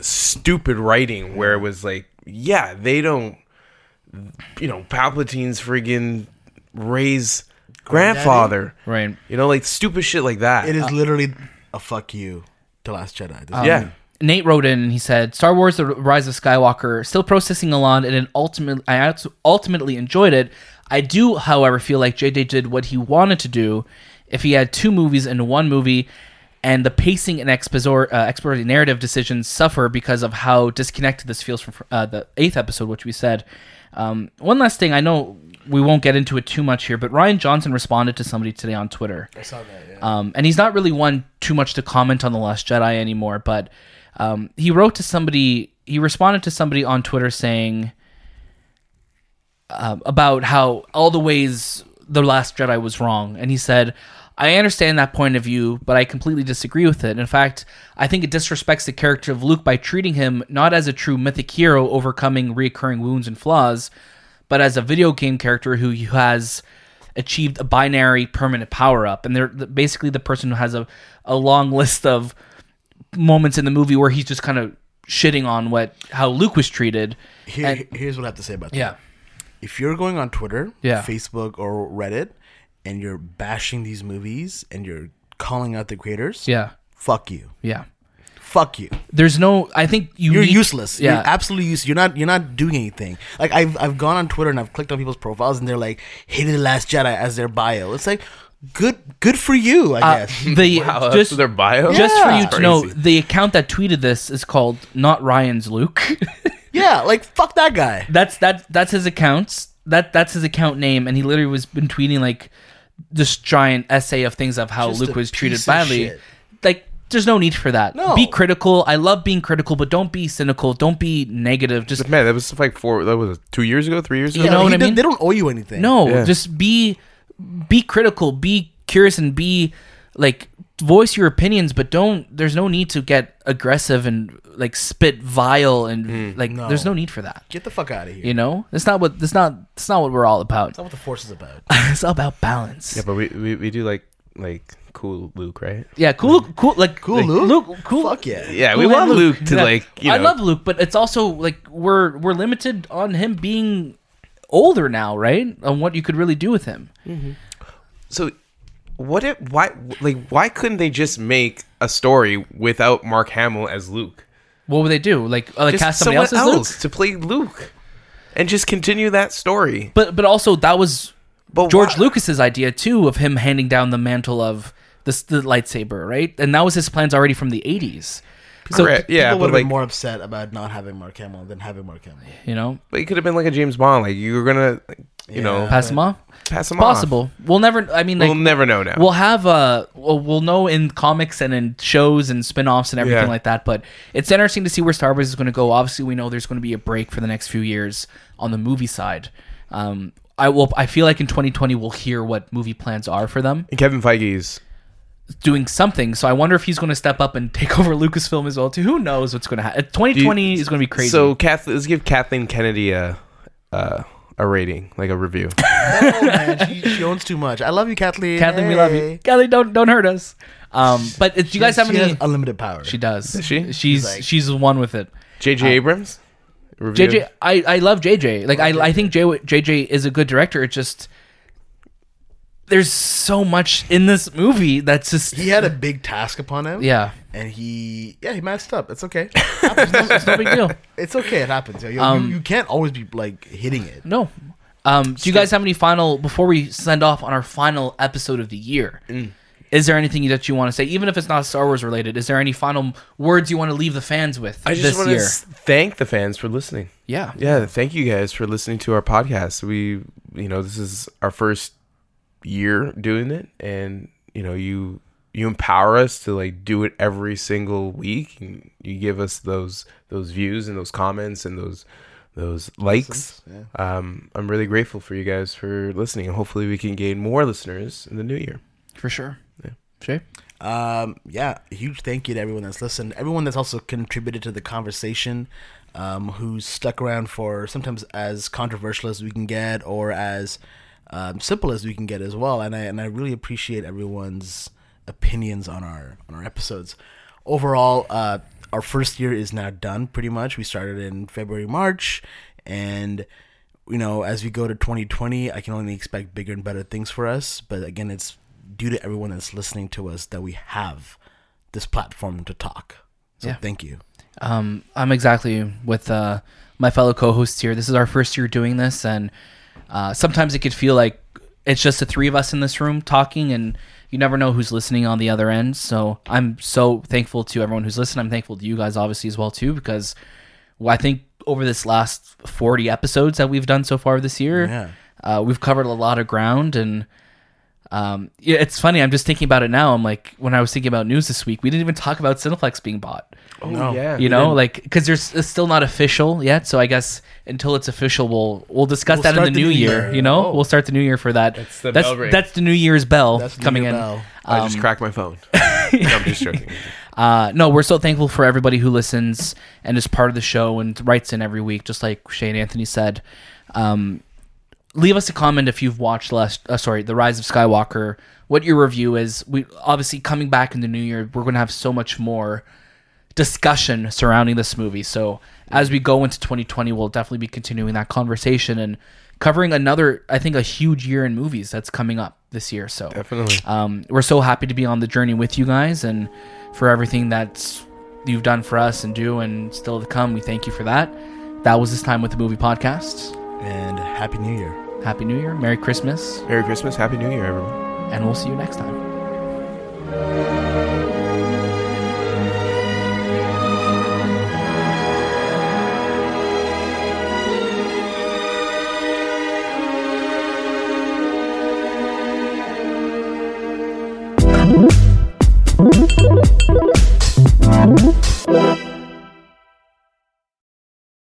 B: stupid writing where it was like, yeah, they don't, you know, Palpatine's friggin' Ray's grandfather,
A: Right.
B: You know, like stupid shit like that.
A: Uh,
C: It is literally a fuck you to Last Jedi.
A: Um,
C: This is-
B: yeah.
A: Nate wrote in and he said, "Star Wars: The Rise of Skywalker still processing a lot, and it ultimately I ult- ultimately enjoyed it. I do, however, feel like JJ did what he wanted to do. If he had two movies in one movie, and the pacing and exposor, uh, exploratory narrative decisions suffer because of how disconnected this feels from uh, the eighth episode, which we said. Um, one last thing, I know." We won't get into it too much here, but Ryan Johnson responded to somebody today on Twitter.
C: I saw that. Yeah.
A: Um, and he's not really one too much to comment on The Last Jedi anymore, but um, he wrote to somebody, he responded to somebody on Twitter saying um, about how all the ways The Last Jedi was wrong. And he said, I understand that point of view, but I completely disagree with it. In fact, I think it disrespects the character of Luke by treating him not as a true mythic hero overcoming recurring wounds and flaws, but as a video game character who has achieved a binary permanent power up. And they're basically the person who has a, a long list of moments in the movie where he's just kind of shitting on what how Luke was treated.
C: Here,
A: and-
C: here's what I have to say about that.
A: Yeah.
C: If you're going on Twitter,
A: Yeah.
C: Facebook, or Reddit, and you're bashing these movies and you're calling out the creators,
A: Yeah.
C: fuck you.
A: Yeah.
C: Fuck you.
A: There's no I think you
C: You're
A: need-
C: useless.
A: Yeah.
C: You're absolutely useless. You're not you're not doing anything. Like I've I've gone on Twitter and I've clicked on people's profiles and they're like hated the last Jedi as their bio. It's like good good for you, I
A: Uh,
C: guess.
A: the
B: Wow, that's
A: just
B: their bio.
A: just for
C: Yeah.
A: you to
B: Crazy.
A: know, the account that tweeted this is called Not Ryan's Luke. (laughs)
C: yeah, like fuck that guy.
A: that's that that's his account. That that's his account name, and he literally was been tweeting like this giant essay of things of how
C: Just
A: Luke
C: a
A: was treated
C: piece of
A: badly.
C: shit.
A: Like, there's no need for that.
C: No.
A: Be critical. I love being critical, but don't be cynical. Don't be negative. Just
B: But man, that was like four. That was two years ago, three years
A: (laughs)
B: ago.
A: You know
C: he
A: what I
C: did-
A: mean?
C: They don't owe you anything.
A: No,
B: Yeah.
A: just be be critical, be curious and be like voice your opinions, but don't there's no need to get aggressive and like spit vile and
B: Hmm.
A: like
C: No.
A: there's no need for that.
C: Get the fuck out of here.
A: You know? That's not what that's not that's not what we're all about. (laughs)
C: That's not what the force is about.
A: it's all about balance.
B: Yeah, but we, we we do like like cool Luke, right?
A: Yeah, cool cool like
C: Cool, Luke?
A: Luke, cool
C: Fuck yeah.
B: Yeah,
A: cool
B: we
A: man
B: want Luke, to
A: Yeah.
B: like you know.
A: I love Luke, but it's also like we're we're limited on him being older now, right? On what you could really do with him.
B: so what if why like why couldn't they just make a story without Mark Hamill as Luke?
A: What would they do? Like, uh, like
B: Just
A: cast somebody else as Luke?
B: to play Luke, and just continue that story.
A: But but also that was
B: But
A: George
B: why-
A: Lucas's idea too of him handing down the mantle of the, s- the lightsaber, right? And that was his plans already from the eighties. So
B: Correct. Yeah,
C: People would
B: but
C: have
B: like,
C: been more upset about not having Mark Hamill than having Mark Hamill.
A: you know,
B: but it could have been like a James Bond. Like you were gonna, like, you know,
A: pass him off.
B: pass him off.
A: Possible. We'll never. I mean, like
B: we'll never know now.
A: we'll have uh we'll, we'll know in comics and in shows and spin-offs and everything
B: Yeah.
A: like that but it's interesting to see where star wars is going to go obviously we know there's going to be a break for the next few years on the movie side um i will i feel like in 2020 we'll hear what movie plans are for them
B: and Kevin Feige's
A: doing something so i wonder if he's going to step up and take (laughs) over lucasfilm as well too who knows what's going to happen 2020 is going to be crazy
B: So Kath, let's give Kathleen Kennedy a uh, a rating, like a review.
C: Oh man, she, she owns too much. I love you, Kathleen.
A: kathleen we love you
C: Hey.
A: kathleen don't don't hurt us um but do you guys have
C: she
A: any
C: has unlimited power.
A: (laughs) she does
B: Does she?
A: she's she's,
C: like-
A: one with it
B: J.J. Abrams. Review.
A: JJ, I, I love JJ. Like I, I think J- JJ is a good director. It just there's so much in this movie that's just
C: he had a big task upon him.
A: yeah.
C: and he yeah he messed up. It's okay.
A: It's no big deal.
C: it's okay. It happens. You, you-
A: Um,
C: you can't always be like hitting it.
A: No. Um, do you guys have any final before we send off on our final episode of the year?
B: Mm.
A: Is there anything that you want to say, even if it's not Star Wars related? Is there any final words you want to leave the fans with
B: I just
A: this
B: want to
A: year?
B: thank the fans for listening.
A: yeah.
B: Yeah, thank you guys for listening to our podcast. We, you know, this is our first year doing it, and you know, you you empower us to like do it every single week, and you give us those those views and those comments and those those likes. Um, I'm really grateful for you guys for listening, and hopefully, we can gain more listeners in the new year.
A: for sure. Yeah. Shay,
C: Um, yeah, huge thank you to everyone that's listened, everyone that's also contributed to the conversation, um, who's stuck around for sometimes as controversial as we can get or as um, simple as we can get as well. And I and I really appreciate everyone's opinions on our on our episodes. Overall, uh, our first year is now done pretty much. We started in February, March, and you know, as we go to 2020, I can only expect bigger and better things for us. But again, it's due to everyone that's listening to us that we have this platform to talk. So
A: Yeah.
C: thank you.
A: Um, I'm exactly with uh, my fellow co-hosts here. This is our first year doing this, and uh, sometimes it could feel like it's just the three of us in this room talking, and you never know who's listening on the other end. So I'm so thankful to everyone who's listening. I'm thankful to you guys, obviously, as well too, because well, I think over this last 40 episodes that we've done so far this year,
C: Yeah.
A: uh, we've covered a lot of ground and. Um, yeah, it's funny. I'm just thinking about it now. I'm like, when I was thinking about news this week, we didn't even talk about Cineplex being bought
B: Oh
C: No. yeah.
A: you know, like because there's it's still not official yet. So I guess until it's official, we'll we'll discuss
C: We'll
A: that in
C: start
A: the, new year. You know, we'll start the new year for that. That's
B: the
A: that's,
B: bell ring.
A: the New Year's bell
C: Oh. That's the
A: coming
C: new
A: in.
C: bell.
B: I just cracked my phone. No, I'm just joking.
A: Uh, no, we're so thankful for everybody who listens and is part of the show and writes in every week, just like Shane Anthony said. Um, leave us a comment if you've watched last, uh, sorry, The Rise of Skywalker. What your review is? We obviously coming back in the new year, we're going to have so much more discussion surrounding this movie. So as we go into 2020, we'll definitely be continuing that conversation and covering another, I think, a huge year in movies that's coming up this year. So
B: Definitely.
A: um, we're so happy to be on the journey with you guys and for everything that's you've done for us and do and still to come. We thank you for that. That was this time with the movie podcast.
C: And happy new year.
A: Happy New Year, Merry Christmas,
B: Merry Christmas, Happy New Year, everyone.
A: and we'll see you next time.
D: Thank you.